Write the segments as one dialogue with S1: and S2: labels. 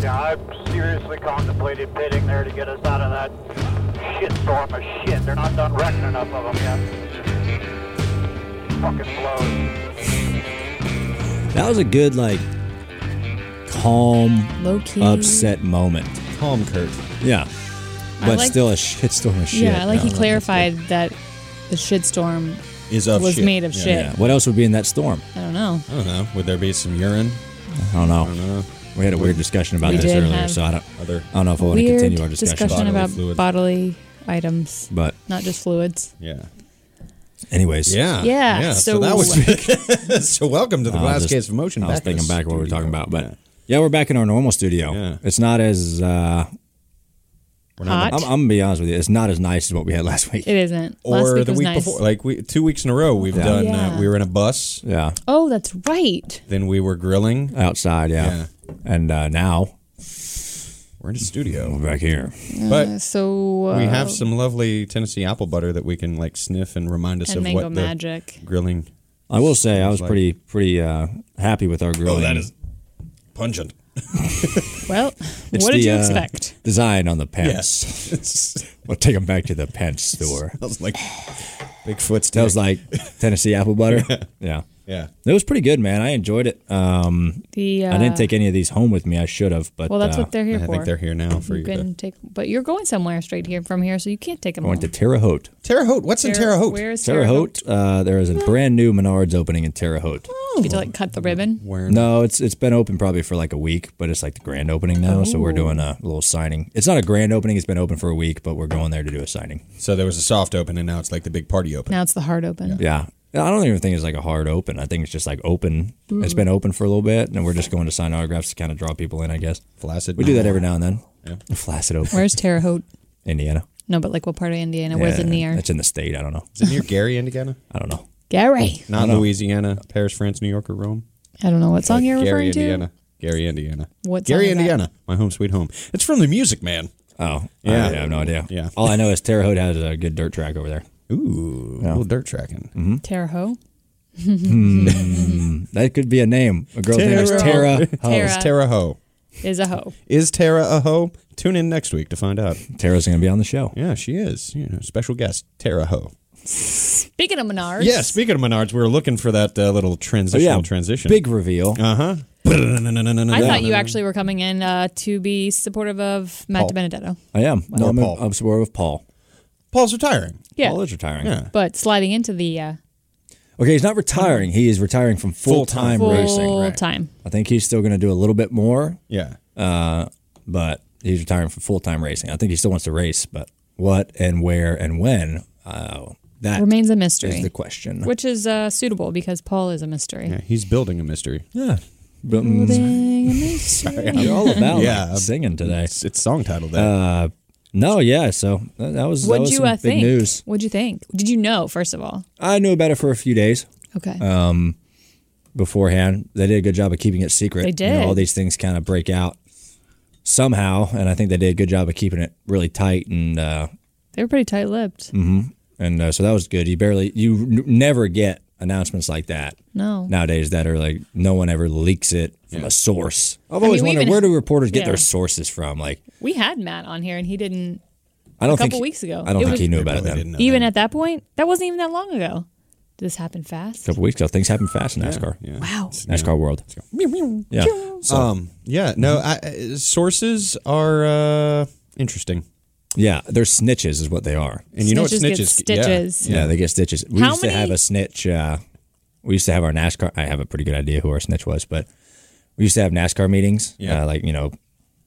S1: Yeah, I've seriously contemplated bidding there to get us out of that shitstorm of shit. They're not done wrecking enough of them yet. Fucking blows.
S2: That was a good, like, calm,
S3: Low key.
S2: upset moment.
S4: Calm, Kurt.
S2: Yeah.
S3: I
S2: But
S3: like-
S2: still a shitstorm of shit.
S3: Yeah, like he
S2: No,
S3: clarified that the shitstorm
S4: Is of
S3: was
S4: shit.
S3: made of
S4: Yeah.
S3: shit.
S2: Yeah. What else would be in that storm?
S3: I don't know.
S4: I don't know. Would there be some urine?
S2: I don't know.
S4: I don't know.
S2: We had a weird discussion about
S3: We
S2: this
S3: did
S2: earlier,
S3: have
S2: so I don't,
S4: Other.
S2: I don't know if I want to
S3: Weird
S2: continue our
S3: discussion,
S2: discussion. about it.
S3: about
S4: fluids.
S3: bodily items,
S2: But,
S3: not just fluids.
S4: Yeah.
S2: anyways,
S4: Yeah.
S3: Yeah,
S4: So,
S3: so-
S4: that was big. so welcome to the
S2: I was
S4: glass
S2: just-
S4: case of motion.
S2: I was
S4: back in
S2: thinking
S4: the
S2: back what we were
S4: studio.
S2: talking about,
S4: Yeah.
S2: but yeah, we're back in our normal studio.
S4: Yeah.
S2: It's not as uh,
S4: We're
S3: Hot.
S2: I'm, I'm gonna be honest with you. It's not as nice as what we had last week.
S3: It isn't. Last
S4: or
S3: week
S4: the
S3: was
S4: week
S3: nice.
S4: before, like we two weeks in a row, we've done.
S3: Yeah.
S4: Uh, we were in a bus,
S2: yeah,
S3: Oh, that's right.
S4: then we were grilling.
S2: outside. Yeah, and uh, now
S4: We're in a studio,
S2: we're back here.
S4: but
S3: So uh,
S4: we have some lovely Tennessee apple butter that we can like sniff and remind us
S3: and
S4: of
S3: mango
S4: what the
S3: magic.
S4: grilling.
S2: I will say I was
S4: like-
S2: pretty pretty uh, happy with our grilling.
S4: pungent.
S3: Well,
S2: It's
S3: what did
S2: the,
S3: you
S2: uh,
S3: expect?
S2: design on the pants.
S4: Yes, It
S2: We'll take them back to the pants store.
S4: smells like Bigfoot.
S2: That was like Tennessee apple butter. Yeah.
S4: yeah.
S2: It was pretty good, man. I enjoyed it. Um,
S3: The uh,
S2: I didn't take any of these home with me. I should have, but
S3: Well, that's
S2: uh,
S3: what they're here
S4: I
S3: for.
S4: think they're here now for you.
S3: you can
S4: To,
S3: take, but you're going somewhere straight here from here, so you can't take them.
S2: I went to
S3: home.
S2: Terre Haute.
S4: Terre Haute. What's in Terre Haute?
S3: Where is
S2: Terre Haute. Uh, there is a brand new Menards opening in Terre Haute.
S3: Oh. You get to like cut the ribbon.
S4: Where?
S2: No, it's it's been open probably for like a week, but it's like the grand opening now. So we're doing a little signing. It's not a grand opening; it's been open for a week, but we're going there to do a signing.
S4: So there was a soft open, and now it's like the big party open.
S3: Now it's the heart open.
S2: Yeah, And I don't even think it's like a hard open. I think it's just like open.
S4: Mm-hmm.
S2: It's been open for a little bit, and we're just going to sign autographs to kind of draw people in. I guess
S4: Flaccid.
S2: we do that every now and then.
S4: Yeah.
S2: A Flaccid open,
S3: Where's Terre Haute?
S2: Indiana.
S3: No, but like what part of Indiana? Where's
S2: Yeah,
S3: it near?
S2: That's in the state. I don't know.
S4: Is it near Gary, Indiana?
S2: I don't know.
S3: Gary.
S4: Not Louisiana, Paris, France, New York, or Rome.
S3: I don't know what song you're
S4: Gary,
S3: referring
S4: Indiana.
S3: to.
S4: Gary, Indiana.
S3: What song
S4: Gary,
S3: is that?
S4: Indiana. My home, sweet home. It's from the Music Man.
S2: Oh,
S4: Yeah.
S2: I, have no idea.
S4: Yeah.
S2: All I know is Terre Haute has a good dirt track over there.
S4: Ooh, a little dirt tracking.
S2: Mm-hmm. Hmm?
S3: Terre
S2: Oh,
S3: Haute.
S2: That could be a name. A girl's name is
S3: Terre
S2: Tara.
S3: Haute. Terra
S4: Oh,
S3: is
S4: Is Tara ho?
S3: a hoe.
S4: Is Tara a ho? Tune in next week to find out.
S2: Tara's going to be on the show.
S4: Yeah, she is. You know, special guest Tara ho.
S3: Speaking of Menards.
S4: Yeah. Speaking of Menards, we were looking for that uh, little transitional transition.
S2: Oh, Big reveal.
S4: Uh huh.
S3: I
S4: I
S3: thought you actually were coming in uh, to be supportive of Matt
S4: Paul.
S3: DiBenedetto.
S2: I am. No,
S4: Or
S2: I'm,
S4: Paul.
S2: I'm supportive of Paul.
S4: Paul's retiring.
S3: Yeah.
S2: Paul is retiring.
S4: Yeah.
S3: But sliding into the uh,
S2: Okay, he's not retiring. He is retiring from full time
S4: Full-time.
S3: full
S2: racing.
S3: time.
S2: I think he's still going to do a little bit more,
S4: Yeah.
S2: but he's retiring from full time racing. I think he still wants to race, but what and where and when? Uh, that
S3: Remains a
S2: is
S3: mystery.
S2: the question.
S3: Which is uh, suitable because Paul is a mystery.
S4: yeah. He's building a mystery.
S2: Yeah. But, mm, you're all about
S4: Yeah.
S2: like, singing today.
S4: It's, it's song titled that.
S2: Uh, No, yeah. So that, that was, that
S3: What'd
S2: was
S3: you
S2: some
S3: uh,
S2: big
S3: think?
S2: news.
S3: What'd you think? Did you know, first of all?
S2: I knew about it for a few days.
S3: Okay.
S2: beforehand. They did a good job of keeping it secret.
S3: They
S2: You know, all
S3: did.
S2: these things kind of break out somehow, and I think they did a good job of keeping it really tight and uh,
S3: they were pretty tight lipped.
S2: mm. and uh, so that was good. You barely, you n- never get announcements like that
S3: No.
S2: nowadays that are like no one ever leaks it from a source. I've always
S3: we
S2: wondered
S3: even-
S2: where do reporters get
S3: yeah.
S2: their sources from? Like
S3: We had Matt on here and he didn't,
S2: I don't
S3: a
S2: think
S3: couple weeks ago.
S2: I don't
S3: It
S2: think
S3: was-
S2: he knew
S4: They
S2: about it
S4: probably
S2: then.
S4: didn't know
S3: even
S4: that.
S3: at that point, that wasn't even that long ago. Did this happen fast?
S2: A couple weeks ago, things happen fast in NASCAR.
S4: Yeah.
S3: Wow.
S2: NASCAR world. Yeah. So,
S4: Um. Yeah. No. I, I- sources are uh, interesting,
S2: yeah, they're snitches is what they are.
S4: and you know what
S3: Snitches get
S4: snitches?
S3: stitches.
S4: Yeah.
S2: Yeah, they get stitches. We
S3: How
S2: used to
S3: many-
S2: have a snitch. Uh, we used to have our NASCAR. I have a pretty good idea who our snitch was, but we used to have NASCAR meetings.
S4: Yeah.
S2: uh, like you know,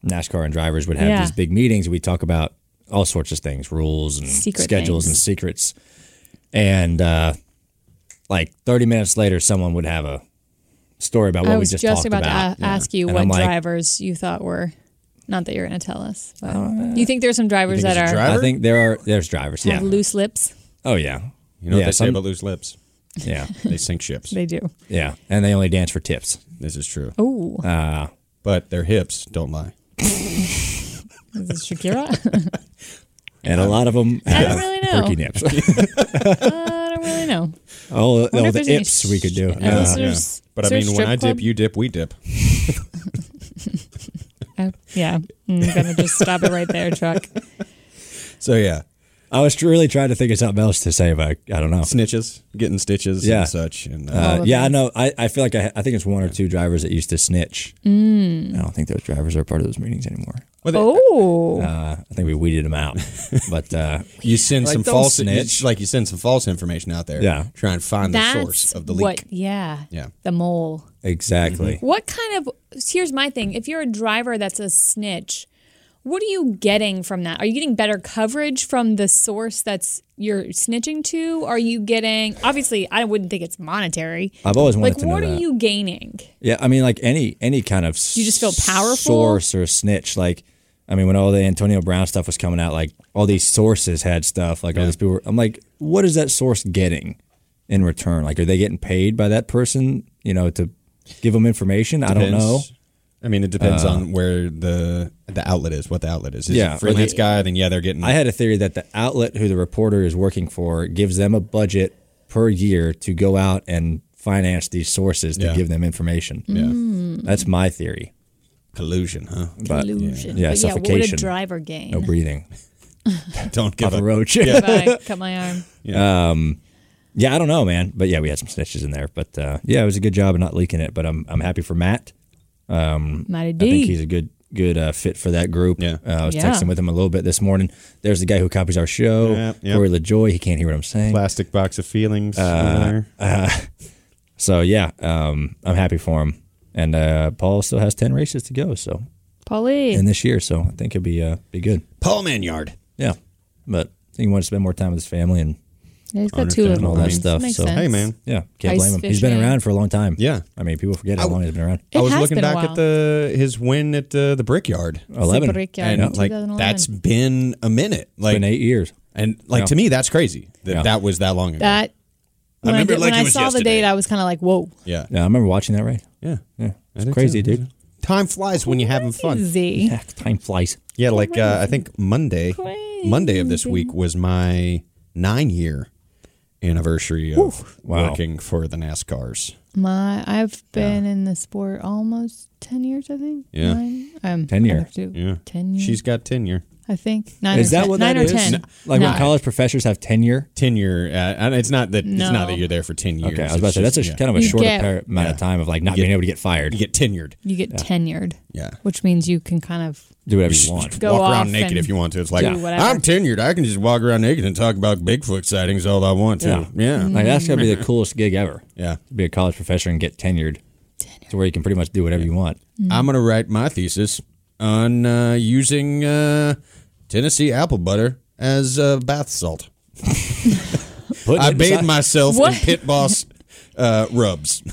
S2: NASCAR and drivers would have
S3: Yeah.
S2: these big meetings. We talk about all sorts of things, rules and
S3: Secret
S2: schedules and
S3: things.
S2: secrets. And uh, like thirty minutes later, someone would have a story about what
S3: I
S2: we
S3: was
S2: just,
S3: just,
S2: talked
S3: about,
S2: about.
S3: to a- ask you
S2: And
S3: what
S2: I'm like-
S3: drivers you thought were. Not that you're going to tell us, but you think there's some drivers
S4: think
S3: that
S4: it's
S3: are
S4: a driver?
S2: I think there are there's drivers.
S3: have
S2: Yeah.
S3: loose lips?
S2: Oh yeah.
S4: You know what
S2: yeah,
S4: they say
S2: some-
S4: about loose lips?
S2: yeah,
S4: They sink ships.
S3: They do.
S2: yeah, and they only dance for tips.
S4: this is true.
S3: Oh,
S4: But their hips don't lie.
S3: is it Shakira?
S2: And a lot of them
S3: I
S2: have
S3: don't really know.
S2: perky nips.
S3: I don't really know.
S2: Oh,
S3: wonder
S2: oh
S3: if
S2: the
S3: there's any
S2: ips we could do.
S3: sh- unless
S2: Yeah.
S3: there's-
S4: But I
S3: is there a
S4: mean, when
S3: strip
S4: I
S3: club?
S4: dip, you dip, we dip.
S3: I, Oh, yeah, I'm gonna just stop it right there, Chuck.
S2: So yeah, I was really trying to think of something else to say, but I, I don't know.
S4: Snitches, getting stitches
S2: Yeah.
S4: and such. And uh,
S2: Uh,
S3: of
S2: yeah, I
S3: them.
S2: know. I, I feel like I, I think it's one or two drivers that used to snitch.
S3: Mm.
S2: I don't think those drivers are part of those meetings anymore.
S4: well, they-
S3: Oh,
S2: Uh, I think we weeded them out. but uh,
S4: you send
S2: Like,
S4: some
S2: don't
S4: false,
S2: snitch.
S4: you- like you send some false information out there.
S2: Yeah.
S4: try and find
S3: that's
S4: the source of the leak.
S3: what. Yeah,
S4: Yeah.
S3: the mole.
S2: exactly.
S3: What kind of? Here's my thing. If you're a driver that's a snitch, what are you getting from that? Are you getting better coverage from the source that's you're snitching to? Are you getting? Obviously, I wouldn't think it's monetary.
S2: I've always wanted
S3: Like,
S2: to know
S3: what are
S2: that.
S3: you gaining?
S2: Yeah, I mean, like any any kind of
S3: You just feel powerful?
S2: source or snitch. Like, I mean, when all the Antonio Brown stuff was coming out, like all these sources had stuff. Like all these people, were, I'm like, what is that source getting in return? Like, are they getting paid by that person? You know, to give them information? I don't
S4: Depends.
S2: know.
S4: I mean, it depends on where the the outlet is, what the outlet is. Is
S2: Yeah,
S4: Uh, yeah,
S2: or
S4: freelance
S2: the-
S4: guy, then yeah, they're getting.
S2: I had a theory that the outlet who the reporter is working for gives them a budget per year to go out and finance these sources to
S4: Yeah.
S2: give them information.
S4: yeah,
S3: Mm-hmm.
S2: That's my theory.
S4: collusion, huh?
S2: But
S3: Illusion.
S2: yeah,
S3: But What would a
S2: suffocation.
S3: driver gain?
S2: no breathing.
S4: Don't give
S2: Papa
S4: a
S2: Roach.
S3: if I cut my arm.
S4: uh,
S2: Yeah, I don't know, man. But yeah, we had some snitches in there. But uh, yeah, it was a good job of not leaking it. But I'm I'm happy for Matt.
S3: Matty
S2: I think
S3: D.
S2: he's a good good uh, fit for that group.
S4: Yeah.
S2: Uh, I was
S3: Yeah.
S2: texting with him a little bit this morning. There's the guy who copies our show,
S4: Yeah, yeah.
S2: Corey LaJoy. He can't hear what I'm saying.
S4: plastic box of feelings. over there.
S2: So yeah, um, I'm happy for him. And uh, Paul still has ten races to go. So
S3: Paulie.
S2: in this year, so I think he'll be uh, be good.
S4: Paul Manyard.
S2: Yeah, but I think he wants to spend more time with his family and
S3: He's got two
S4: Understand
S3: little
S2: all that
S3: ones.
S2: stuff,
S3: Makes
S2: so-
S3: sense.
S4: Hey man,
S2: yeah, can't
S3: Ice
S2: blame him. He's been
S3: fishing.
S2: around for a long time.
S4: Yeah.
S2: I mean, people forget how
S4: I-
S2: long he's been around.
S3: It
S4: I was
S3: has
S4: looking
S3: been a
S4: back at
S3: while.
S4: the his win at uh, the Brickyard.
S2: Eleven.
S3: Brickyard.
S4: And
S3: Yeah.
S4: like
S3: 2011.
S4: that's been a minute, like
S2: Been eight years.
S4: and like to me that's crazy that
S2: Yeah.
S4: that was that long ago.
S3: That when I,
S4: remember it
S3: did-
S4: like
S3: when
S4: it
S3: I
S4: was
S3: saw the
S4: yesterday.
S3: date, I was kind of like, "Whoa,
S4: yeah,
S2: Yeah, I remember watching that. Right.
S4: yeah,
S2: Yeah,
S4: I did
S2: it's crazy,
S4: too.
S2: dude.
S4: Time flies when you're having fun.
S3: Z."
S2: Yeah, time flies.
S4: Yeah, like uh, I think Monday, Monday of this week was my nine year anniversary of
S2: Wow.
S4: working for the NASCARs.
S3: My, I've been in the sport almost ten years, I think.
S4: Yeah.
S3: Nine, um,
S2: 10
S3: I'd
S2: year.
S3: have to-
S4: Yeah,
S3: ten years.
S4: She's got tenure.
S3: I think nine.
S2: Is
S3: or
S2: that
S3: ten,
S2: what
S3: nine
S2: that
S3: or
S2: is?
S3: ten?
S2: N- Like when
S3: No.
S2: college professors have tenure.
S4: Tenure, uh, and it's not that it's
S3: No.
S4: not that you're there for ten years.
S2: Okay, I was about to say that's
S4: It's
S2: a
S4: just- yeah.
S2: kind of a
S3: You
S2: short
S3: get-
S2: apparent amount of time of like not being able to get fired.
S4: you get tenured.
S3: you get tenured,
S4: Yeah.
S3: which means you can kind of
S2: do whatever you want.
S3: Go
S4: walk
S3: off
S4: around naked
S3: and
S4: if you want to. It's like
S3: do whatever.
S4: I'm tenured. I can just walk around naked and talk about Bigfoot sightings all I want to. Yeah,
S3: Mm-hmm.
S4: yeah.
S2: Like that's gotta be the coolest gig ever.
S4: Yeah.
S2: To be a college professor and get tenured. To where you can pretty much do whatever you want.
S3: Mm-hmm.
S4: I'm gonna write my thesis on uh, using uh, Tennessee apple butter as uh, bath salt.
S2: Put
S4: I bathe myself
S3: What?
S4: in pit boss uh, rubs.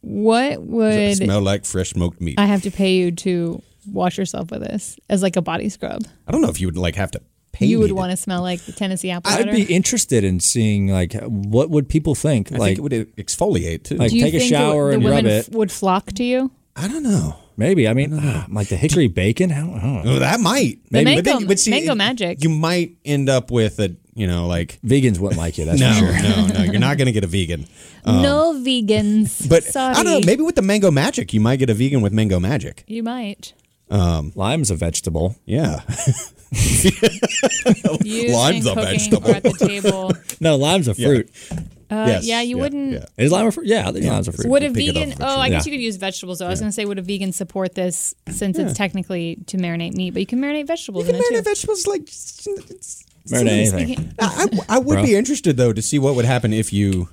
S3: what would
S4: Smell like fresh smoked meat.
S3: I have to pay you to wash yourself with this as like a body scrub?
S4: I don't know if you would like have to pay.
S3: You
S4: me
S3: would
S4: to-
S3: want to smell like Tennessee apple
S2: I'd
S3: butter.
S2: be interested in seeing like what would people think.
S4: I
S2: like
S4: think it would exfoliate too.
S2: Like-
S3: Do you
S2: take a
S3: think the-
S2: shower
S3: the
S2: and rub
S3: women
S2: it.
S3: f- Would flock to you?
S4: I don't know.
S2: maybe. I mean ah, like the hickory bacon. I don't, I don't know.
S4: Oh, that might.
S3: The
S4: But
S3: mango-
S4: then- but see,
S3: mango
S4: it-
S3: magic.
S4: You might end up with a you know like
S2: Vegans wouldn't like you, that's
S4: no
S2: for sure.
S4: no no. You're not gonna get a vegan.
S2: Um,
S3: no vegans.
S4: But
S3: Sorry.
S4: I don't know. Maybe with the mango magic, you might get a vegan with mango magic.
S3: you might.
S2: Lime's a vegetable.
S4: Yeah.
S3: You
S4: Lime's
S3: and
S4: a
S3: cooking
S4: vegetable.
S3: Are at the table.
S2: No, lime's a fruit.
S3: Uh,
S4: Yes.
S3: Yeah, you
S4: Yeah,
S3: wouldn't.
S4: yeah.
S2: Is lime a fruit? Yeah, I think lime's a fruit.
S3: Would a
S4: pick it
S3: vegan?
S4: off of a
S3: Oh, I guess
S2: Yeah.
S3: you could use vegetables. Though I was going to say, would a vegan support this since it's technically to marinate meat, but you can marinate vegetables in it too.
S4: vegetables like.
S2: Marinate anything.
S4: I, I would
S2: Bro.
S4: be interested though to see what would happen if you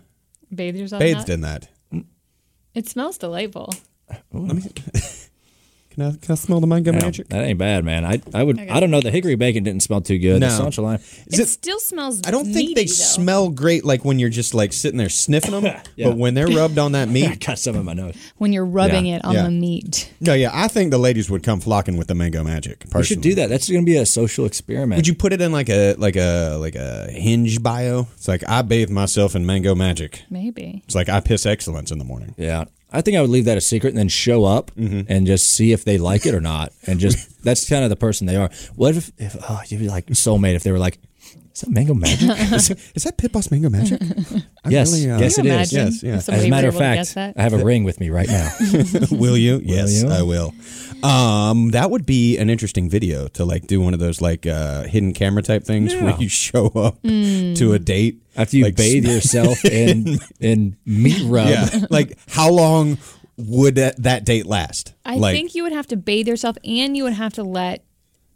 S3: Bathe yourself. in
S4: bathed
S3: that.
S4: in that.
S3: It smells delightful.
S4: Can I, can I smell the mango
S2: Yeah, that ain't bad, man. I, I would I don't know. The hickory bacon didn't smell too good. The
S4: No.
S2: Sancho lime.
S3: it,
S4: Is it-
S3: still smells.
S4: I don't think
S3: meaty,
S4: they
S3: though.
S4: smell great like when you're just like sitting there sniffing them,
S2: Yeah.
S4: but when they're rubbed on that
S2: I
S4: meat.
S2: got some in my nose.
S3: when you're rubbing
S2: Yeah.
S3: it on
S4: Yeah.
S3: the meat.
S4: No, yeah, I think the ladies would come flocking with the mango magic. Personally.
S2: We should do that. That's going to be a social experiment.
S4: Would you put it in like a like a like a hinge bio? It's like I bathe myself in mango magic.
S3: Maybe.
S4: It's like I piss excellence in the morning.
S2: Yeah. I think I would leave that a secret and then show up
S4: Mm-hmm.
S2: and just see if they like it or not. And just that's kind of the person they are. What if, if oh, you'd be like soulmate if they were like, Is that mango magic?
S4: is, is that pit boss mango magic? I'm
S2: Yes.
S4: really, uh,
S2: Yes,
S3: Can
S2: it
S3: you
S2: is.
S3: imagine
S4: Yes, yeah.
S3: if
S4: As a
S2: As
S3: somebody
S2: a
S3: were
S2: matter of
S3: able to guess
S2: fact,
S3: that?
S2: I have a ring with me right now.
S4: will you? Yes,
S2: you?
S4: I will. Um, that would be an interesting video to like do one of those like uh, hidden camera type things where
S2: Yeah.
S4: you show up to
S3: Hmm.
S4: a date
S2: After you
S4: like,
S2: bathe
S4: sm-
S2: yourself in in meat rub,
S4: Yeah, like how long would that, that date last?
S3: I
S4: like,
S3: think you would have to bathe yourself, and you would have to let,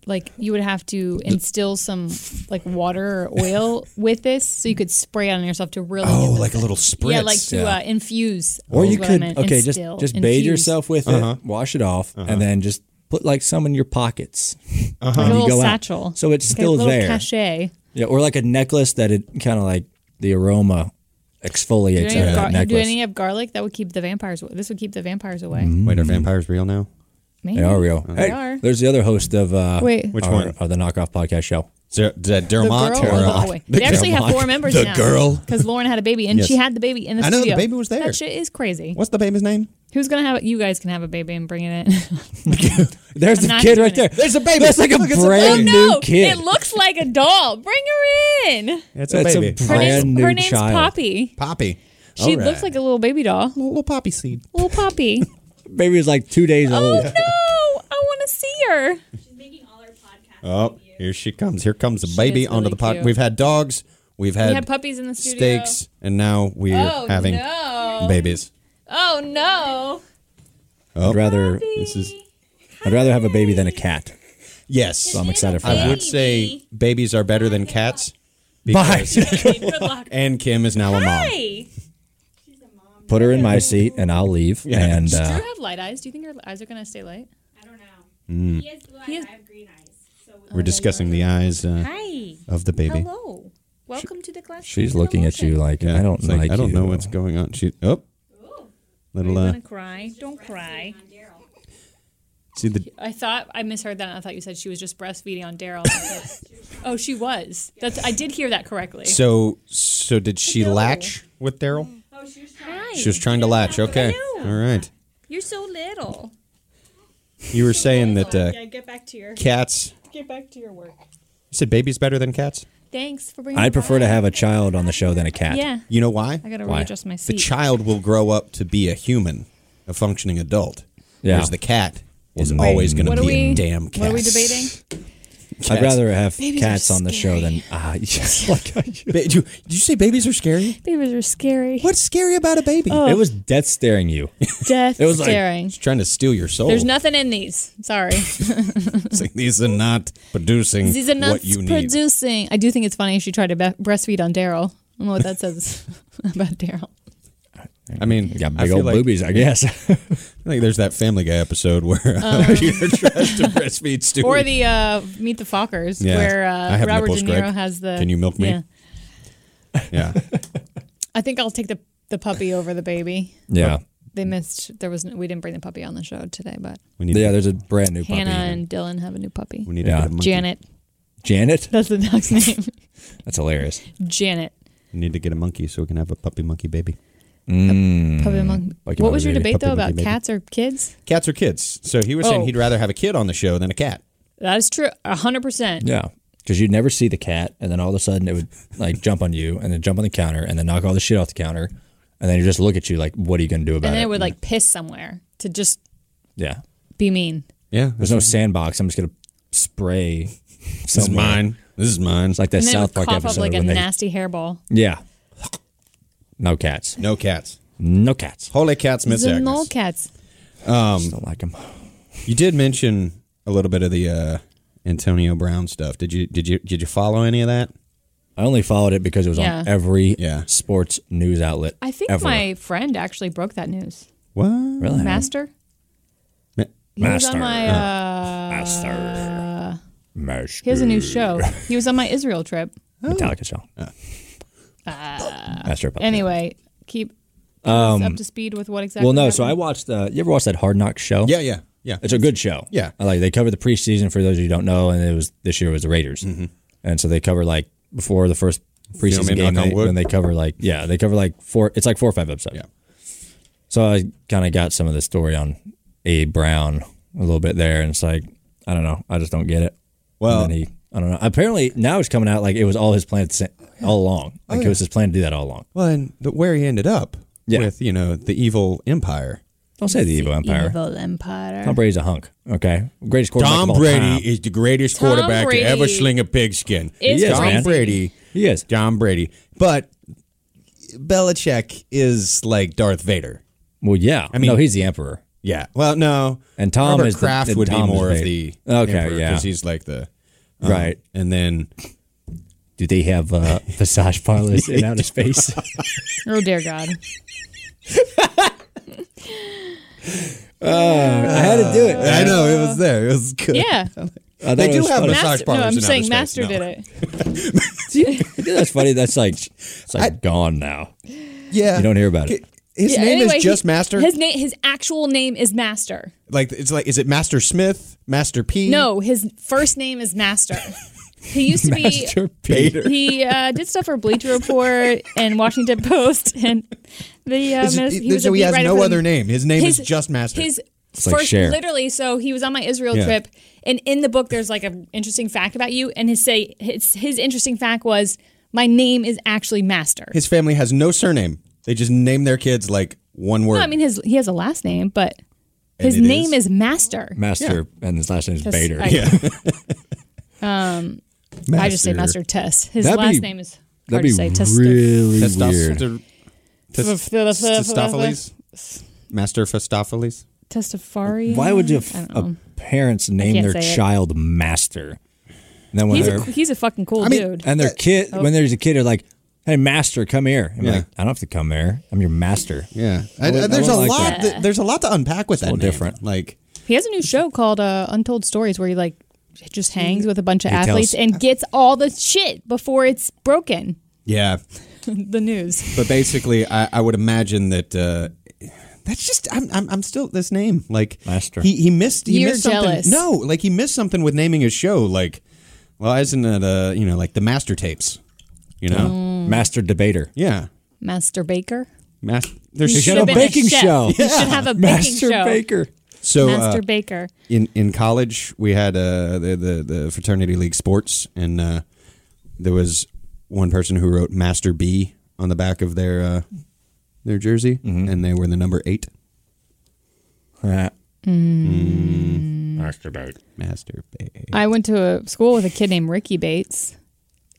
S3: like, you would have to instill some like water or oil with this, so you could spray it on yourself to really. get
S4: oh,
S3: the-
S4: like a little spritz.
S3: yeah, like to
S2: yeah.
S3: Uh, infuse.
S2: or
S3: is
S2: you
S3: what I
S2: could
S3: meant,
S2: okay, just
S3: instill,
S2: just bathe
S3: infuse.
S2: yourself with
S4: Uh-huh.
S2: it, wash it off, and then just put like some in your pockets.
S4: Uh-huh.
S3: Like
S2: you
S3: a little
S2: go out.
S3: satchel,
S2: So it's
S3: Like
S2: still
S3: a little
S2: there.
S3: Cachet.
S2: Yeah, or like a necklace that it kind of like the aroma
S3: Do,
S2: exfoliates out
S3: any have
S2: of
S3: gar-
S2: that
S3: do
S2: necklace. Mm-hmm.
S3: any have garlic? That would keep the vampires. This would keep the vampires away.
S4: Wait, are vampires real now?
S3: Maybe.
S2: they are real.
S3: They
S2: Hey,
S3: are.
S2: there's the other host of uh,
S3: Wait. Which
S2: our-
S4: one?
S2: of the knockoff podcast show.
S4: Zer- is that
S3: The
S4: Dermot
S3: girl
S4: or,
S3: or
S4: uh,
S3: the boy? They actually have
S2: Dermot.
S3: four members
S4: The
S3: now.
S4: girl.
S3: Because Lauren had a baby, and
S4: Yes.
S3: she had the baby in the
S4: I know, the
S3: studio.
S4: baby was there.
S3: That shit is crazy.
S4: What's the baby's name?
S3: Who's gonna have it? You guys can have a baby and bring it in.
S2: There's
S3: I'm
S2: the
S3: not
S2: kid right
S3: doing
S2: there.
S3: it.
S2: There's a baby. That's like a
S4: Look, it's a
S2: brand
S4: baby.
S2: new
S3: no,
S2: kid.
S3: it looks like a doll. Bring her in.
S4: It's
S2: That's a
S3: Her name's,
S2: Brand new
S3: her name's
S2: child.
S3: Poppy.
S4: Poppy.
S3: She
S4: All
S3: looks
S4: right.
S3: like a little baby doll.
S4: a little poppy seed.
S3: Little Poppy.
S2: baby was like two days
S3: oh
S2: old.
S3: no! I want to see her.
S5: She's making all our podcasts.
S4: Oh,
S5: with you.
S4: here she comes. Here comes the baby
S3: is
S4: onto
S3: really
S4: the pot.
S3: cute.
S4: We've had dogs. We've had,
S3: We had puppies in the studio.
S4: steaks, and now we're
S3: Oh
S4: having
S3: no!
S4: babies. Oh.
S3: Oh no!
S2: I'd rather
S4: This is
S2: I'd rather have a baby than a cat.
S4: yes.
S2: I'm excited for
S4: I
S2: that.
S4: would say babies are better than cats. because-
S5: Good luck.
S4: and Kim is now a mom.
S3: Hey,
S5: She's a mom.
S2: Put her in my seat and I'll leave.
S4: Yeah.
S2: And
S3: do
S2: uh,
S3: you have light eyes? Do you think her eyes are gonna stay light?
S5: I don't know. He Oh. has blue eyes.
S3: He has-
S5: I have green eyes. So we-
S4: We're discussing the eyes uh,
S3: Hi.
S4: of the baby.
S3: Hello. Welcome to the class.
S2: she's looking at you like
S4: Yeah,
S2: I don't
S4: it's like,
S2: like.
S4: I don't
S2: you.
S4: know what's going on. She oh,
S5: Ooh,
S4: little uh,
S3: cry? Don't cry.
S5: on Daryl.
S4: see the
S3: I thought I misheard that. And I thought you said she was just breastfeeding on Daryl. I was like, oh, she was. That's I did hear that correctly.
S4: so so. Did she latch with Daryl?
S5: Oh, she was trying.
S4: She was trying to latch. Okay,
S3: Hello.
S4: all right.
S3: You're so little.
S4: You were saying that uh,
S5: Yeah, get back to your
S4: cats.
S5: get back to your work.
S4: You said babies better than cats.
S3: Thanks for bringing.
S2: I'd prefer to
S3: that.
S2: have a child on the show than a cat.
S3: Yeah,
S4: You know why?
S3: I gotta
S2: Why?
S3: readjust my
S4: the
S3: seat.
S4: child will grow up to be a human, a functioning adult.
S2: Yeah.
S4: Whereas the cat is always going
S3: what
S4: to
S3: are
S4: be a
S3: we-
S4: damn cat.
S3: what are we debating?
S2: I'd rather have
S3: Babies are
S2: cats on the show
S3: scary.
S2: than ah. yes, like I-
S4: Did you, did you say babies are scary?
S3: Babies Oh, are scary.
S4: What's scary about a baby?
S2: it was death staring you.
S3: Death
S2: It was like- Oh.
S3: staring.
S4: It's trying to steal your soul.
S3: There's nothing in these. Sorry.
S4: It's like, these are not producing
S3: These are not
S4: what you need.
S3: producing. I do think it's funny she tried to be- breastfeed on Daryl. I don't know what that says about Daryl.
S4: I mean,
S2: You got
S4: I
S2: big
S4: feel
S2: old
S4: like,
S2: boobies, I guess.
S4: I think there's that Family Guy episode where uh, Peter tries to breastfeed Stewie.
S3: Oh. Or the uh, Meet the Fockers,
S4: Yeah.
S3: where
S4: I
S3: uh,
S4: have
S3: Robert
S4: nipples,
S3: De Niro
S4: Greg.
S3: has the.
S4: Can you milk me?
S3: Yeah.
S4: yeah.
S3: I think I'll take the the puppy over the baby.
S2: yeah,
S3: They missed. There was. No, we didn't bring the puppy on the show today, but
S4: We need,
S2: yeah. There's a brand new
S3: Hannah
S2: puppy.
S3: and Dylan have a new puppy.
S4: we need
S2: Yeah.
S4: to get a monkey.
S3: Janet.
S2: Janet.
S3: That's the dog's name.
S2: That's hilarious.
S3: Janet.
S4: We need to get a monkey so we can have a puppy monkey baby.
S3: Puppy among.
S2: Monkey
S3: What was your
S2: Baby.
S3: debate though
S4: Mm. Puppy
S3: about
S4: Monkey Baby.
S3: cats or kids?
S4: Cats are kids. So he was saying
S3: Oh.
S4: he'd rather have a kid on the show than a cat.
S3: That is true. hundred percent.
S2: Yeah. Because you'd never see the cat, and then all of a sudden it would like jump on you, and then jump on the counter, and then knock all the shit off the counter, and then you just look at you like, "What are you gonna do about
S3: And then
S2: it?"
S3: it would like piss somewhere to just
S2: yeah,
S3: be mean.
S4: Yeah.
S2: there's no sandbox. I'm just gonna spray.
S4: This is mine. This is mine.
S2: It's like that
S3: And then
S2: South
S3: it
S2: Park
S3: would cough
S2: episode
S3: up like a
S2: when they,
S3: nasty hairball.
S2: yeah, no cats,
S4: no cats.
S2: no cats.
S4: Holy cats, Miss
S3: The
S4: Agnes.
S3: mole cats.
S2: Just don't like them.
S4: You did mention a little bit of the uh, Antonio Brown stuff. Did you did you did you follow any of that?
S2: I only followed it because it was
S3: Yeah.
S2: on every
S4: Yeah.
S2: sports news outlet.
S3: I think
S2: ever.
S3: my friend actually broke that news.
S4: What?
S2: really
S3: Master.
S4: Ma-
S3: He was
S2: Master.
S3: on my. Uh,
S2: master. Master.
S3: he has Uh, a new show. He was on my Israel trip.
S2: Metallica show. master. of Puppets.
S3: Uh, Anyway, keep um, up to speed with what exactly.
S2: Well, no. So I
S3: happened.
S2: watched. Uh, you ever watched that Hard Knock show?
S4: Yeah, yeah, yeah.
S2: it's a good show.
S4: Yeah.
S2: I like they covered the preseason for those who don't know, and it was this year was the Raiders,
S4: Mm-hmm.
S2: and so they cover like before the first
S4: want me
S2: preseason
S4: to
S2: game,
S4: knock on
S2: they,
S4: wood?
S2: then they cover like yeah, they cover like four. It's like four or five episodes.
S4: Yeah.
S2: So I kind of got some of the story on A Brown a little bit there, and it's like I don't know, I just don't get it.
S4: Well,
S2: and then he I don't know. Apparently now it's coming out like it was all his plan to- all along.
S4: Oh,
S2: Like it was his plan to do that all along.
S4: Well, and the, where he ended up
S2: Yeah.
S4: with, you know, the evil empire.
S2: Don't say the evil empire.
S3: Evil Empire.
S2: Tom Brady's a hunk. Okay, greatest quarterback
S4: Tom
S2: of all
S4: Brady
S2: time.
S4: is the greatest
S3: Tom
S4: quarterback
S3: Brady
S4: to ever sling a pigskin.
S3: is
S2: Yes,
S4: Tom
S2: man.
S4: Brady.
S2: He is.
S4: Tom Brady. But Belichick is like Darth Vader.
S2: Well, yeah. I
S4: mean-
S2: mean, no, he's the emperor.
S4: Yeah. Well, no.
S2: And Tom
S4: Robert
S2: is the-
S4: Kraft
S2: and
S4: would
S2: Tom
S4: be
S2: is
S4: more of
S2: Vader.
S4: the
S2: Okay, yeah.
S4: because he's like the Uh-huh.
S2: Right.
S4: And then
S2: Do they have uh, massage parlors in outer space?
S3: Oh dear God.
S2: I had to do it.
S4: I know it was there. It was good.
S3: Yeah.
S2: I
S4: They
S2: thought it
S4: do
S2: was
S4: have
S2: funny.
S3: Master, no,
S4: massage parlors
S3: I'm
S4: in
S3: saying
S4: outer
S3: Master
S4: space. No.
S3: did it.
S2: I think That's funny. That's like it's like gone now.
S4: Yeah.
S2: You don't hear about it.
S4: His
S3: Yeah,
S4: name
S3: anyway,
S4: is just
S3: he-
S4: Master.
S3: His name, his actual name is Master.
S4: like it's like is it Master Smith? Master P?
S3: No, his first name is Master. He used to be.
S2: Master Peter.
S3: He uh, did stuff for Bleacher Report and Washington Post, and the uh,
S4: Is it-
S3: minis- he was
S4: so
S3: a
S4: he
S3: beat
S4: has
S3: writer
S4: no
S3: for the-
S4: other name. His name is just Master.
S3: His
S2: like
S3: first,
S2: Cher.
S3: literally. So he was on my Israel
S4: Yeah.
S3: trip, and in the book, there's like an interesting fact about you. And his say his his interesting fact was my name is actually Master.
S4: his family has no surname. They just name their kids like one word.
S3: No, I mean his he has a last name, but his
S4: it
S3: name
S4: is?
S3: is, Master.
S2: Master and his last name is Bader.
S3: I,
S4: yeah.
S3: I just say Master Tess. His
S2: That'd
S3: last
S2: be-
S3: name is hard
S2: That'd be
S3: to say. Test-
S2: really weird.
S4: Testosterone. Testophiles. Master Festophiles.
S3: Testafari.
S2: Why would you f- a parents name
S3: can't
S2: their
S3: say it.
S2: child Master? And then when
S3: He's
S2: they're
S3: a, Oh. he's a fucking cool
S4: mean,
S3: dude.
S2: and their kid when there's a kid, they're like, "Hey, Master, come here." I'm
S4: Yeah.
S2: like, "I don't have to come there. I'm your master."
S4: Yeah, I,
S2: wouldn't- I
S4: there's a
S2: wouldn't like
S4: lot.
S2: that.
S4: That. There's a lot to unpack with that.
S2: little
S4: name.
S2: different.
S4: Like
S3: He has a new show called uh, Untold Stories where he like just hangs with a bunch of
S2: tells-
S3: athletes and gets all the shit before it's broken.
S4: yeah,
S3: the news.
S4: but basically, I, I would imagine that uh, that's just I'm, I'm I'm still this name like
S2: Master.
S4: He he missed he
S3: You're
S4: missed something.
S3: jealous.
S4: No, like he missed something with naming his show. Like, well, isn't it uh you know like the master tapes? You know,
S3: Mm. Hmm.
S2: Master debater.
S4: yeah,
S3: Master Baker.
S4: master. There's
S3: He
S2: should
S3: should
S2: have
S3: have
S2: a
S3: been a
S2: baking
S3: chef.
S2: show.
S3: He should have a baking
S2: Master
S3: show.
S2: Baker.
S4: so uh,
S3: Master Baker.
S4: in in college we had uh, the, the the fraternity league sports and uh, there was one person who wrote Master B on the back of their uh, their jersey and they were the number eight
S2: Masturbate.
S4: Master B.
S3: I went to a school with a kid named Ricky Bates,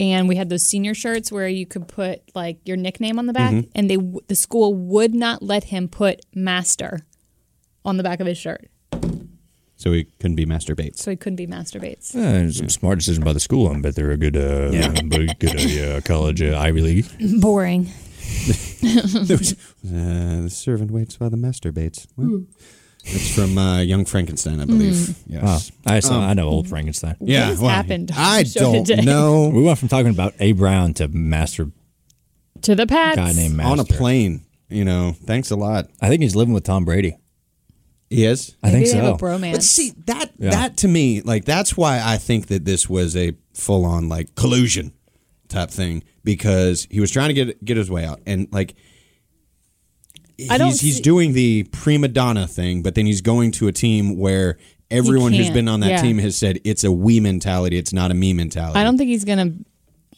S3: and we had those senior shirts where you could put like your nickname on the back,
S4: Mm-hmm.
S3: and they w- the school would not let him put Master on the back of his shirt,
S4: So he couldn't be Master Bates.
S3: so he couldn't be Master Bates.
S2: Eh, smart decision by the school. I bet they're a good, uh, but good uh, college uh, Ivy League.
S3: Boring.
S4: Uh, the servant waits while the master baits.
S3: Hmm.
S4: Well, it's from uh, Young Frankenstein, I believe. Yes.
S2: I saw,
S3: Um,
S2: I know old Frankenstein.
S4: Yeah.
S3: has Hmm. happened on
S4: I
S3: the show
S4: don't
S3: today?
S4: know.
S2: We went from talking about A Brown to Master
S3: To the Pats.
S2: guy named Master.
S4: On a plane, you know. Thanks a lot.
S2: I think he's living with Tom Brady.
S4: He is.
S2: I think
S3: Maybe they
S2: so.
S3: have a bromance.
S4: But see that that to me, like that's why I think that this was a full on like collusion type thing because he was trying to get get his way out and like he's
S3: don't
S4: he's
S3: see-
S4: doing the prima donna thing, but then he's going to a team where everyone who's
S3: can't,
S4: been on that
S3: yeah.
S4: team has said it's a we mentality, it's not a me mentality.
S3: I don't think he's gonna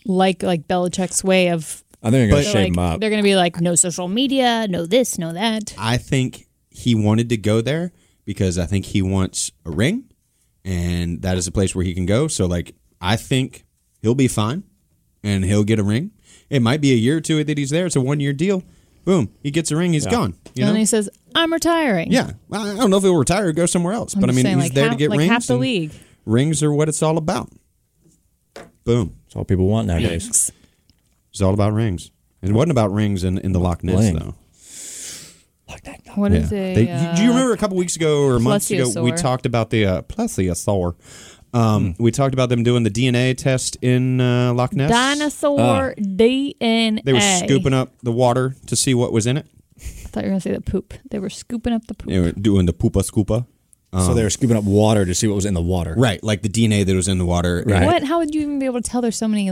S3: like like Belichick's way of
S2: I think they're gonna
S4: But-
S2: shape him
S3: like,
S2: up.
S3: They're gonna be like no social media, no this, no that.
S4: I think he wanted to go there because I think he wants a ring, and that is a place where he can go. So, like, I think he'll be fine, and he'll get a ring. It might be a year or two that he's there. It's a one year deal. Boom, he gets a ring. He's gone. You
S3: and then
S4: know?
S3: he says, "I'm retiring."
S4: Yeah. Well, I don't know if he'll retire or go somewhere else, but I
S3: just
S4: mean,
S3: saying,
S4: he's
S3: like,
S4: there
S3: half-
S4: to get
S3: like,
S4: rings.
S3: half the
S4: and
S3: league.
S4: Rings are what it's all about. Boom.
S2: That's all people want nowadays.
S4: It's all about rings. It wasn't about rings in, in the Loch Ness
S2: Bling.
S4: though.
S3: What is
S4: Yeah.
S3: a?
S4: They-
S3: uh,
S4: do you remember a couple weeks ago or months ago we
S3: plesiosaur.
S4: talked about the uh, plesiosaur? Um, We talked about them doing the DNA test in uh, Loch Ness.
S3: Dinosaur DNA.
S4: Uh. They were scooping up the water to see what was in it.
S3: I thought you were gonna say the poop. They were scooping up the poop.
S4: They were doing the poopa scoopa.
S3: Um,
S2: so they were scooping up water to see what was in the water.
S4: Right, like the DNA that was in the water.
S2: Right.
S3: What? How would you even be able to tell? There's so many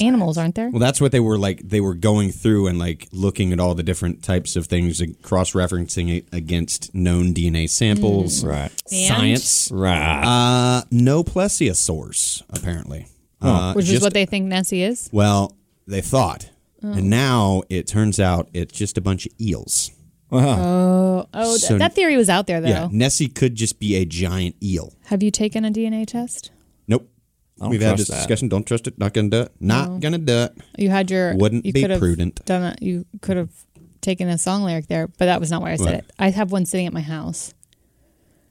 S3: animals, aren't there?
S4: Well, that's what they were like. They were going through and like looking at all the different types of things, and cross-referencing it against known DNA samples.
S3: Mm.
S2: Right.
S4: Science.
S2: Right.
S4: Uh, no plesiosaurs, apparently. Uh,
S3: which is
S4: just-
S3: what they think Nessie is.
S4: Well, they thought, and now it turns out it's just a bunch of eels.
S3: Oh, th-
S4: So-
S3: that theory was out there though.
S4: Yeah, Nessie could just be a giant eel.
S3: Have you taken a DNA test?
S4: Nope.
S2: I don't
S4: We've had
S2: trust
S4: this
S2: that.
S4: discussion. Don't trust it. Not gonna do it. Not gonna do it.
S3: You had your
S4: Wouldn't
S3: you
S4: be
S3: could have
S4: prudent.
S3: Done that. You could have taken a song lyric there, but that was not why I said
S4: What?
S3: it. I have one sitting at my house.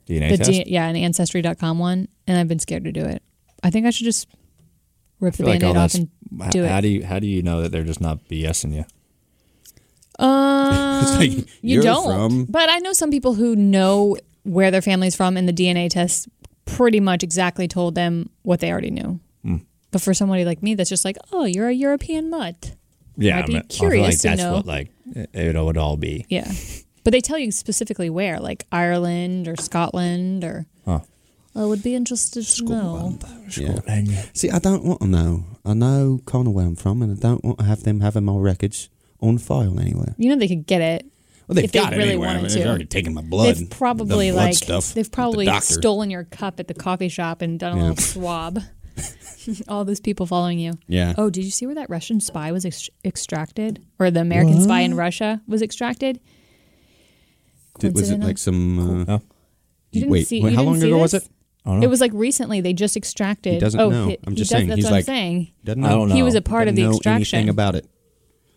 S2: DNA
S3: The
S2: test.
S3: D- yeah, an ancestry.com one, and I've been scared to do it. I think I should just rip
S2: I
S3: the
S2: feel like
S3: band-aid
S2: all
S3: off
S2: that's.
S3: and
S2: h-
S3: do
S2: how
S3: it.
S2: do you how do you know that they're just not BSing you?
S3: Um,
S4: like,
S3: you
S4: you're
S3: don't.
S4: from-
S3: But I know some people who know where their family's from, and the DNA test pretty much exactly told them what they already knew.
S4: Hmm.
S3: But for somebody like me, that's just like, oh, you're a European mutt.
S2: Yeah,
S3: I'd be
S2: I mean, I feel
S3: curious
S2: like
S3: to
S2: that's
S3: know.
S2: what like it, it would all be.
S3: Yeah. But they tell you specifically where, like Ireland or Scotland or. I would be interested to know.
S4: Yeah. See, I don't want to know. I know kind of where I'm from, and I don't want to have them having my records on file anywhere.
S3: You know they could get it.
S4: Well, they've
S3: If they
S4: got it
S3: really
S4: anywhere. I mean,
S3: wanted
S4: they've
S3: to.
S4: already taken my blood.
S3: they've
S4: the
S3: probably
S4: blood
S3: like
S4: stuff with
S3: they've
S4: the
S3: probably
S4: doctor.
S3: stolen your cup at the coffee shop and done a
S4: Yeah.
S3: little swab. All those people following you.
S4: Yeah.
S3: Oh, did you see where that Russian spy was ex- extracted, or the American spy in Russia was extracted?
S4: Did- was it
S3: Coincidental?
S4: like some? Uh,
S3: You didn't
S4: wait,
S3: see-
S4: wait,
S3: you
S4: how
S3: didn't
S4: long
S3: see
S4: ago was
S3: this?
S4: it?
S3: It was like recently they just extracted.
S4: He doesn't
S3: oh,
S4: know.
S3: he-
S4: I'm
S3: he
S4: just
S3: does-
S4: saying.
S3: That's
S4: He's
S3: what
S4: like-
S3: I'm saying.
S4: Doesn't
S2: I
S4: know.
S2: don't know.
S3: He was a part of
S4: Doesn't
S3: the
S4: know
S3: extraction.
S4: Anything about it?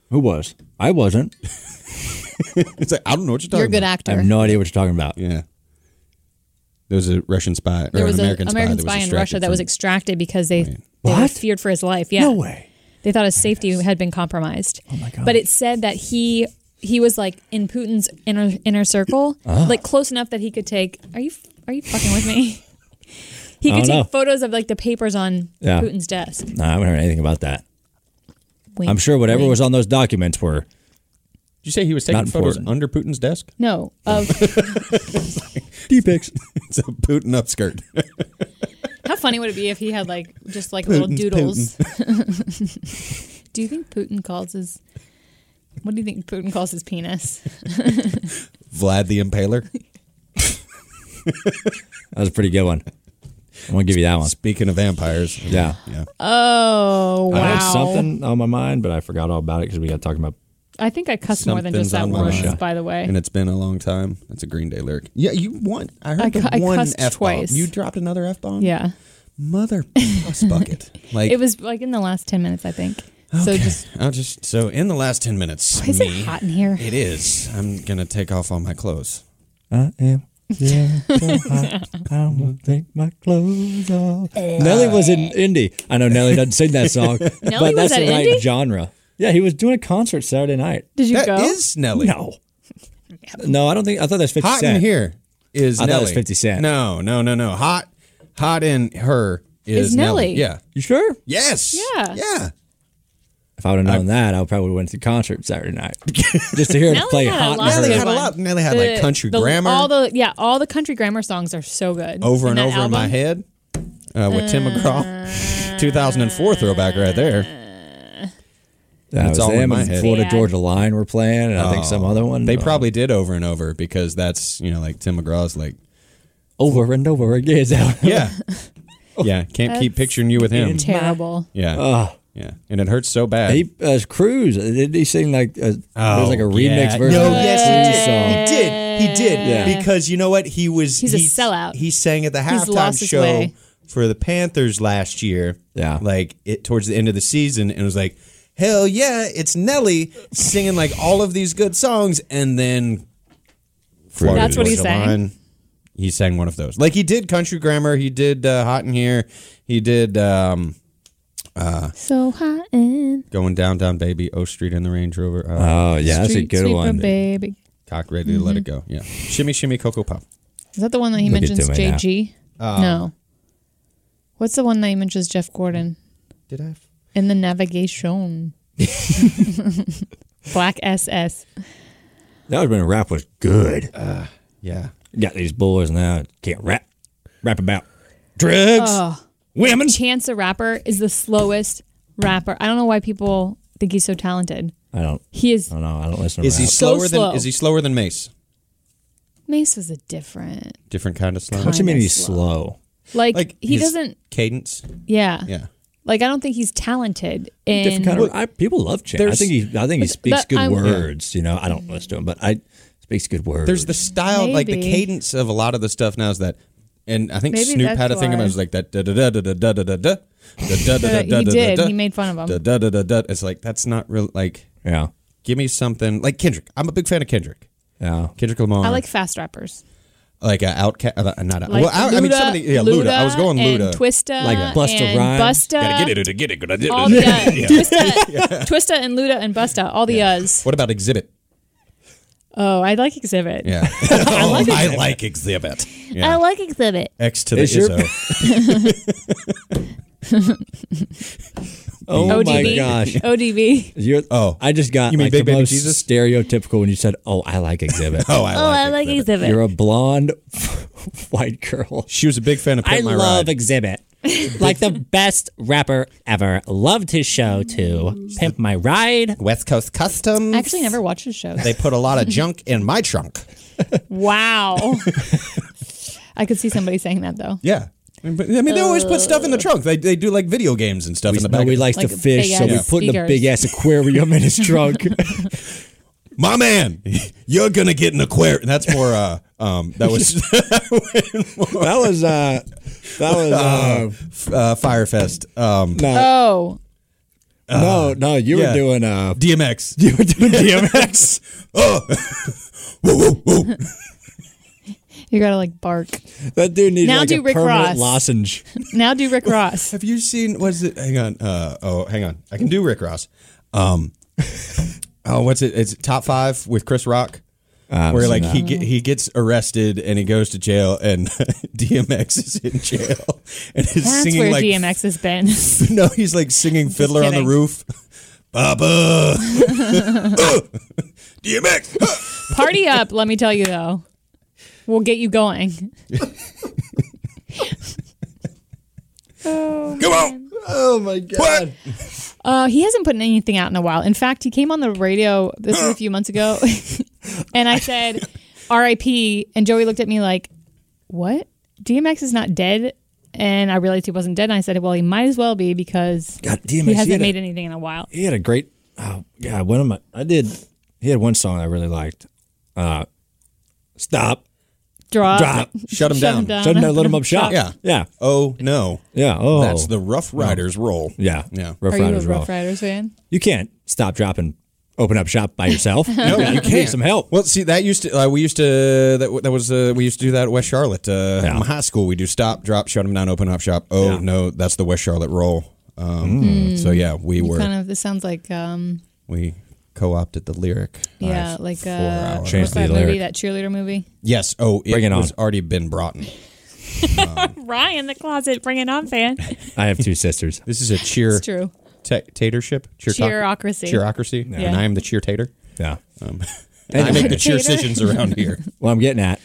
S2: Who was? I wasn't.
S4: It's like I don't know what you're talking.
S3: You're a good
S4: about.
S2: I
S3: actor.
S2: have no idea what you're talking about.
S4: Yeah. There was a Russian spy or
S3: there was
S4: an American,
S3: an American
S4: that was
S3: spy in
S4: extracted
S3: Russia that was
S4: from-
S3: extracted because they, they
S2: What?
S3: feared for his life. Yeah.
S2: No way.
S3: They thought his safety had been compromised. Oh
S2: my gosh.
S3: But it said that he he was like in Putin's inner inner circle,
S2: Ah.
S3: like close enough that he could take. Are you are you fucking with me? He
S2: I don't
S3: could take
S2: know.
S3: photos of like the papers on
S2: Yeah.
S3: Putin's desk.
S2: No, I haven't heard anything about that.
S3: Wink,
S2: I'm sure whatever
S3: wink.
S2: was on those documents were.
S4: Did you say he was taking
S2: Not
S4: photos
S2: important.
S4: under Putin's desk?
S3: No, of
S2: D pics.
S4: It's a Putin upskirt.
S3: how funny would it be if he had like just like little
S4: Putin's
S3: doodles? do you think Putin calls his? What do you think Putin calls his penis?
S4: Vlad the Impaler.
S2: That was a pretty good one. I'm gonna give you that one.
S4: Speaking of vampires.
S2: Yeah.
S4: Yeah.
S3: Uh, Oh wow!
S2: I had something on my mind, but I forgot all about it because we got talking about.
S3: I think I cussed more than just
S4: Something's
S3: that
S4: on my
S3: once,
S4: mind.
S3: by the way.
S4: And it's been a long time. That's a Green Day lyric. Yeah, you won. I heard
S3: I
S4: the
S3: cu- I
S4: one
S3: cussed
S4: F
S3: twice.
S4: You dropped another F bomb?
S3: yeah.
S4: Mother puss bucket. Like
S3: It was like in the last 10 minutes, I think. So just,
S4: I'll just so in the last ten minutes.
S3: is
S4: me,
S3: it hot in here?
S4: It is. I'm gonna take off all my clothes.
S2: I am. Yeah, I, I won't take my clothes off. Nelly was in indie. I know Nelly doesn't sing that song,
S3: Eh. Nelly
S2: but
S3: was
S2: that's the
S3: at
S2: right
S3: indie?
S2: genre. Yeah, he was doing a concert Saturday night.
S3: did you
S4: That is
S3: go?
S4: Nelly.
S2: No, no, I don't think. I thought that's Fifty
S4: Hot
S2: Cent.
S4: in here is
S2: I thought it
S4: Nelly.
S2: was 50 Cent.
S4: No, no, no, no. Hot, hot in her is,
S3: Is Nelly.
S4: Yeah.
S2: You sure?
S4: Yes.
S3: Yeah.
S4: Yeah.
S2: If I would have known that, I probably would have went to the concert Saturday night just to hear him
S3: Nelly
S2: play
S3: had a
S2: hot.
S3: lot
S2: in
S3: of
S2: the
S3: good
S4: Nelly
S2: Hood.
S4: had a
S3: one.
S4: lot. Nelly had like
S3: The-
S4: country
S3: the-
S4: grammar
S3: All the, yeah, all the country grammar songs are so good.
S4: over and
S3: that
S4: over in my
S3: album.
S4: head uh, with Tim McGraw. 2004 throwback right there.
S2: That
S4: It's
S2: was
S4: all in
S2: them
S4: my
S2: and
S4: head. Oh.
S2: Florida
S3: Yeah.
S2: Georgia Line were playing, and I think some other one.
S4: They
S2: Uh,
S4: probably did over and over because that's, you know, like Tim McGraw's like,
S2: over and over again. Is that what-
S4: yeah. yeah. Can't keep
S3: That's
S4: picturing you with him.
S3: Terrible.
S4: Yeah. yeah. And it hurts so bad.
S2: He uh, Cruz did he sing like a, there was like a
S4: Oh,
S2: remix
S4: yeah.
S2: version
S4: No,
S2: of the
S4: yes,
S2: Cruz song?
S4: He did. He did.
S2: Yeah.
S4: Because you know what? He was.
S3: He's a
S4: he-
S3: sellout.
S4: He sang at the halftime
S3: lost his
S4: show
S3: way.
S4: for the Panthers last year.
S2: Yeah.
S4: Like it towards the end of the season, and was like, hell yeah, it's Nelly singing like all of these good songs, and then Florida
S3: That's what he
S4: Georgia
S3: sang.
S4: Line, He sang one of those. Like he did country grammar. He did uh, hot in here. He did um,
S3: So hot and
S4: going downtown baby, O Street in the Range Rover. Uh,
S2: Oh yeah, that's a
S3: Street
S2: good
S3: Sweeper,
S2: one.
S3: baby.
S4: cock ready to
S3: mm-hmm.
S4: let it go. Yeah. Shimmy, shimmy, cocoa pop.
S3: Is that the one that he
S2: Look at
S3: mentions
S2: Demi now.
S3: JG?
S4: Um,
S3: no. What's the one that he mentions Jeff Gordon?
S4: Did I? F-
S3: In the navigation. Black SS.
S2: That was when rap was good.
S4: yeah.
S2: Got these boys now can't rap, rap about drugs,
S3: Oh.
S2: women.
S3: Chance the Rapper is the slowest rapper. I don't know why people think he's so talented.
S2: I don't,
S3: He is.
S2: I don't know. I don't listen to
S4: Is he
S2: rap.
S3: So
S4: slower
S3: slow.
S4: than? Is he slower than Mace?
S3: Mace was a different.
S4: Different kind of slow.
S2: what do you mean he's
S3: slow.
S2: slow?
S3: Like, he
S4: his
S3: doesn't.
S4: cadence.
S3: Yeah.
S4: Yeah.
S3: Like I don't think he's talented in
S2: different kind of. I, people love Chan. I
S4: there's-
S2: think he. I think he speaks
S3: but
S2: good
S3: I'm- Yeah.
S2: words. You know, I don't listen to him, but I speaks good words.
S4: There's the style, like the
S3: Maybe.
S4: cadence of a lot of the stuff now is that, and I think
S3: Maybe
S4: Snoop had a
S3: that's
S4: thing about
S3: why.
S4: it, it was like that da da da da da da da da da da da da da
S3: he
S4: da da
S3: did.
S4: da
S3: He made fun of
S4: da
S3: him.
S4: da da da da. It's like that's not real. Like,
S2: yeah,
S4: give me something like Kendrick. I'm a big fan of Kendrick.
S2: yeah.
S4: Kendrick Lamar.
S3: I like fast rappers.
S4: like a outcast, uh, not a,
S3: Like
S4: well, I, I mean, some of the, yeah, Luda. I was going
S3: and
S4: Luda.
S3: Twista,
S2: Like Busta
S3: and
S2: Rhymes.
S3: Busta.
S4: Gotta get it, gotta get it, gotta get
S3: all the
S4: it.
S3: uh, Twista, Twista and Luda and Busta, all the uhs.
S4: What about Exhibit?
S3: Oh, I like Exhibit.
S4: Yeah, I like Exhibit. I like Exhibit. Yeah.
S3: like Exhibit.
S4: X to the
S2: Is your-
S4: Izzo.
S2: Oh my
S3: ODB.
S2: gosh.
S3: ODB.
S2: You're,
S4: Oh.
S2: I just got
S4: You mean
S2: like
S4: Big
S2: the
S4: Baby
S2: most
S4: Jesus?
S2: stereotypical when you said, "Oh, I like Exhibit."
S4: Oh, I like, Exhibit.
S2: You're a blonde white girl.
S4: She was a big fan of Pimp
S2: I
S4: My
S2: love
S4: Ride.
S2: Exhibit. like the best rapper ever. Loved his show too. Pimp My Ride.
S4: West Coast Customs.
S3: I actually never watched his shows.
S4: They put a lot of junk in my trunk.
S3: Wow. I could see somebody saying that though.
S4: Yeah. I mean, but- I mean, they always put stuff in the trunk. They, they do like video games and stuff in the
S2: No,
S4: back.
S2: we
S4: of-
S2: likes
S3: Like
S2: to
S3: a
S2: fish, so we
S3: big-ass
S2: put in a
S3: speakers.
S2: big ass aquarium in his trunk.
S4: my man, you're gonna get an aquarium. That's more. Uh, um, that was
S2: that was uh that was uh,
S4: uh, Firefest. Um,
S3: Oh,
S2: no no you
S4: yeah.
S2: were doing uh
S4: DMX.
S2: Um, you were doing DMX.
S3: you gotta like bark.
S2: That dude needs
S3: Now
S2: like
S3: do
S2: a
S3: Rick
S2: permanent
S3: Ross.
S2: lozenge. Uh,
S3: Now do Rick Ross.
S4: Have you seen? What's it? Hang on. Uh, oh, hang on. I can do Rick Ross. Um, oh, what's it? It's top five with Chris Rock. where like he get, he gets arrested and he goes to jail and DMX is in jail and is
S3: That's
S4: singing
S3: where
S4: like
S3: DMX has been.
S4: no he's like singing Fiddler on the
S3: kidding.
S4: Roof, Baba, Uh, DMX. huh.
S3: Party up, let me tell you though. We'll get you going.
S4: Come on.
S2: Oh my god.
S4: What?
S3: Uh, he hasn't put anything out in a while. In fact, he came on the radio this was a few months ago, and I said, "R.I.P." And Joey looked at me like, "What? DMX is not dead." And I realized he wasn't dead. And I said, "Well, he might as well be because
S2: God, DMX,
S3: he
S2: he had
S3: hasn't
S2: a-
S3: made anything in a while."
S2: He had a great. Oh god, one of my I did. He had one song I really liked. Uh, stop.
S3: Drop,
S2: Drop.
S4: Shut him down.
S2: Shut him down. Let him up shop.
S4: Yeah.
S2: Yeah.
S4: Oh no.
S2: Yeah. Oh.
S4: That's the Rough Riders role.
S2: Yeah.
S4: Yeah.
S2: Rough
S3: Are you a
S2: Riders roll.
S3: Rough Riders fan?
S2: You can't stop, drop, and open up shop by yourself. no, you can't. Need some help.
S4: Well, see, that used to uh, we used to that, that was uh, we used to do that at West Charlotte. Uh,
S2: Yeah.
S4: in high school, we do stop, drop, shut them down, open up shop. Oh
S2: Yeah. Mm.
S4: no, that's the West Charlotte role. Um, So yeah, we were
S3: Kind of. This sounds like, um,
S4: we co-opted the lyric.
S3: yeah,
S4: I've-
S3: like
S4: for
S3: uh,
S4: our-
S2: Change
S3: what's
S2: the
S3: that
S2: lyric.
S3: movie, that cheerleader movie.
S4: yes. Oh, it,
S2: Bring it on.
S4: was already been brought. In.
S3: Ryan, the closet, bring it on, fan.
S2: I have two sisters.
S4: This is a cheer
S3: It's true.
S4: tatership. Cheer
S3: Cheerocracy.
S4: Cheerocracy. And I am the cheer tater.
S2: Yeah.
S4: I make the
S3: Tater.
S4: cheer decisions around here.
S2: Well, I'm getting at.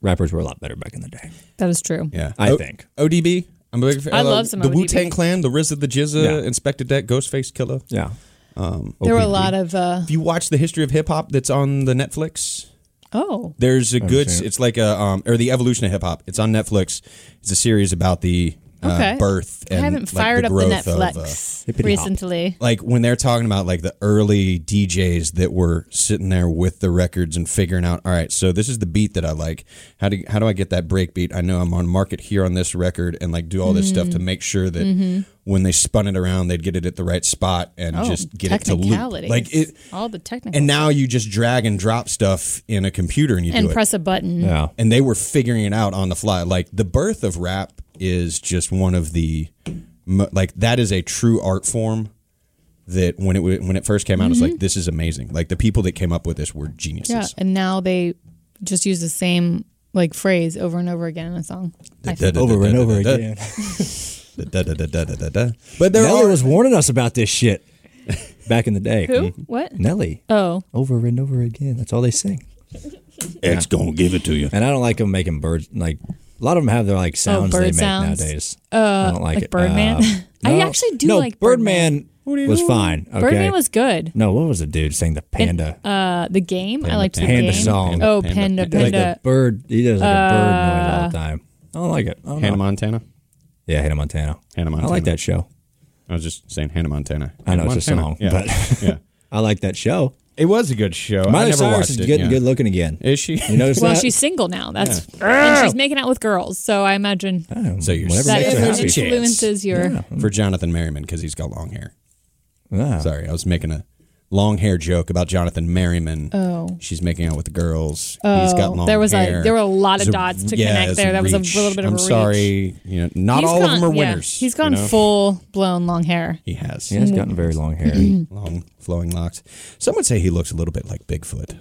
S2: Rappers were a lot better back in the day.
S3: That is true.
S4: Yeah,
S2: I think.
S4: ODB. I'm a big fan.
S3: I love some
S4: the
S3: ODB.
S4: Wu Tang Clan, the RZA, the Jizza,
S2: Yeah.
S4: Inspector Deck, Ghostface Killer.
S2: Yeah.
S3: There were a lot of. Uh,
S4: If you watch the history of hip hop that's on the Netflix,
S3: oh,
S4: there's a good.
S2: seen it.
S4: It's like a um or the evolution of hip hop. It's on Netflix. It's a series about the uh,
S3: Okay.
S4: birth.
S3: I
S4: And,
S3: haven't
S4: like,
S3: fired
S4: the
S3: up the
S4: growth of, uh,
S3: Netflix
S2: hippity hop.
S3: recently.
S4: like when they're talking about like the early DJs that were sitting there with the records and figuring out, all right, so this is the beat that I like. How do how do I get that break beat? I know I'm on market here on this record and like do all this stuff
S3: Mm-hmm.
S4: to make sure that when they spun it around, they'd get it at the right spot and just get it to loop.
S3: Oh, technicalities.
S4: Like it,
S3: all the technical
S4: and now you just drag and drop stuff in a computer and you
S3: and
S4: do it.
S3: press a button.
S2: Yeah.
S4: And they were figuring it out on the fly. Like the birth of rap is just one of the mo- like that is a true art form that when it wa- when it first came out it's like this is amazing. Like the people that came up with this were
S3: Mm-hmm. Yeah,
S4: geniuses.
S3: and now they just use the same like phrase over and over again in a song. I think.
S2: Over and over again.
S4: Da-da-da-da-da-da-da. But there
S2: Nelly
S4: are
S2: was warning us about this shit back in the day.
S3: Who?
S4: Mm-hmm.
S3: What?
S2: Nelly.
S3: Oh,
S2: Over and over again. That's all they sing.
S4: X gonna give it to you.
S2: And I don't like them making birds. Like a lot of them have their like sounds
S3: Oh, bird
S2: they make
S3: sounds? Uh,
S2: nowadays. I don't like,
S3: like
S2: it.
S3: Birdman?
S2: Uh,
S3: I
S2: no,
S3: actually do
S2: no,
S3: like
S2: Birdman. was fine. Okay.
S3: Birdman was good.
S2: no. What was the dude saying? The panda.
S3: Uh, the game I liked. the
S2: Panda
S3: game.
S2: song.
S3: Oh, panda, Uh,
S4: Panda.
S2: like the
S3: panda.
S2: bird. He does like a bird noise all the time. I don't like it. I don't
S4: Hannah
S2: know.
S4: Montana.
S2: Yeah, Hannah Montana.
S4: Hannah
S2: I like
S4: Montana.
S2: that show.
S4: I was just saying Hannah Montana.
S2: I know
S4: Hannah
S2: it's a song,
S4: Montana. Yeah.
S2: but
S4: yeah.
S2: I like that show.
S4: It was a good show. I
S2: Miley
S4: never
S2: Cyrus
S4: watched
S2: is
S4: it.
S2: getting
S4: yeah.
S2: good looking again.
S4: Is she?
S2: You notice
S3: Well,
S2: that?
S3: she's single now. That's and she's making out with girls. So I imagine
S4: so you're
S2: Whatever
S3: that
S2: makes her
S4: there's
S2: happy.
S4: Ah, a chance.
S3: influences your.
S4: for Jonathan Merriman because he's got long hair.
S2: Ah.
S4: Sorry, I was making a long hair joke about Jonathan Merriman.
S3: Oh.
S4: She's making out with the girls. he's got long
S3: there was a-
S4: hair.
S3: there were a lot of
S4: It's
S3: dots to
S4: yeah,
S3: connect
S4: it's
S3: there. That was a little bit of
S4: I'm
S3: a reach.
S4: sorry. You know, not
S3: He's
S4: all of
S3: gone-
S4: them are
S3: yeah,
S4: winners.
S3: he's
S4: you
S3: gone
S4: know?
S3: full blown long hair.
S4: He has.
S2: He has gotten very long hair.
S4: Long, flowing locks. Some would say he looks a little bit like Bigfoot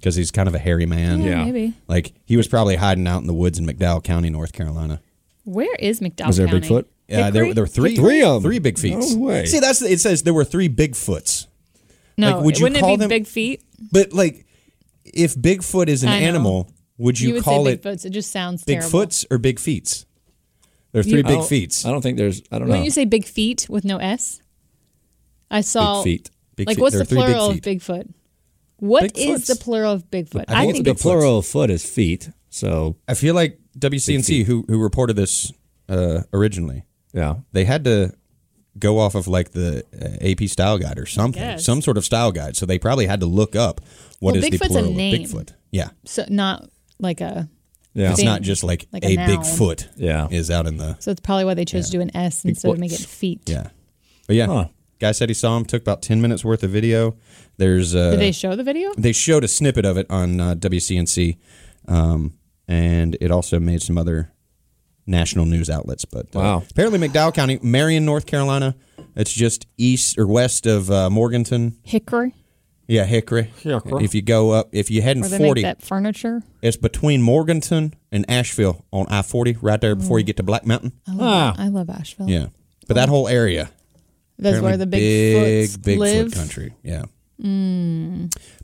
S4: because he's kind of a hairy man.
S2: Yeah.
S3: Maybe.
S4: Like he was probably hiding out in the woods in McDowell County, North Carolina.
S3: Where is McDowell
S2: Was there a
S3: County?
S2: Bigfoot?
S4: Yeah, there,
S3: Hickory?
S4: there were three,
S2: Three of 'em?
S4: three big feet.
S2: No way.
S4: See, that's it. Says there were three Bigfoots,
S3: No,
S4: Like, would you
S3: wouldn't
S4: call
S3: it be
S4: them-
S3: big feet?
S4: but like, if Bigfoot is an
S3: I know.
S4: animal, would you,
S3: would
S4: call
S3: say
S4: it
S3: Bigfoots. It just sounds terrible.
S4: Bigfoots or Big Feets? There are three
S3: You-
S2: I
S4: Big
S2: don't-
S4: Feets.
S2: I don't think there's. I don't know.
S3: Wouldn't you say big feet with no s? I saw
S2: feet.
S4: Big
S3: like
S4: feet.
S3: what's
S4: There are
S3: the
S4: three big
S3: plural of
S4: feet.
S3: Bigfoot? What is
S4: Bigfoots.
S3: the plural of Bigfoot?
S4: I think it's
S2: the
S4: Bigfoots.
S2: plural of foot is feet. So
S4: I feel like WCNC, who who reported this uh, originally,
S2: yeah,
S4: they had to go off of like the uh, AP style guide or something,
S3: guess.
S4: some sort of style guide. So they probably had to look up what
S3: Well,
S4: is the
S3: Bigfoot's a
S4: plural
S3: name.
S4: of Bigfoot. Yeah,
S3: so not like a
S2: yeah.
S4: it's
S3: Thing.
S4: not just like,
S3: Like a
S4: a,
S3: noun.
S4: Bigfoot.
S2: Yeah.
S4: is out in the
S3: so it's probably why they chose to do an s instead of make it feet.
S4: yeah, but yeah.
S2: Huh.
S4: Guy said he saw him. Took about ten minutes worth of video. There's uh,
S3: Did they show the video?
S4: they showed a snippet of it on uh, WCNC, um, and it also made some other national news outlets. But uh,
S2: Wow.
S4: apparently McDowell County, Marion, North Carolina, it's just east or west of uh, Morganton.
S3: Hickory
S4: Yeah, Hickory.
S2: Hickory.
S4: If you go up, if you head in
S3: where they
S4: forty,
S3: make that furniture.
S4: it's between Morganton and Asheville on I forty, right there before you
S3: Oh.
S4: get to Black Mountain.
S3: I love,
S4: Ah.
S2: Ah.
S3: I love Asheville.
S4: Yeah, but that whole area,
S3: that's Oh. where the
S4: big,
S3: Bigfoots
S4: big
S3: live.
S4: Bigfoot country. Yeah,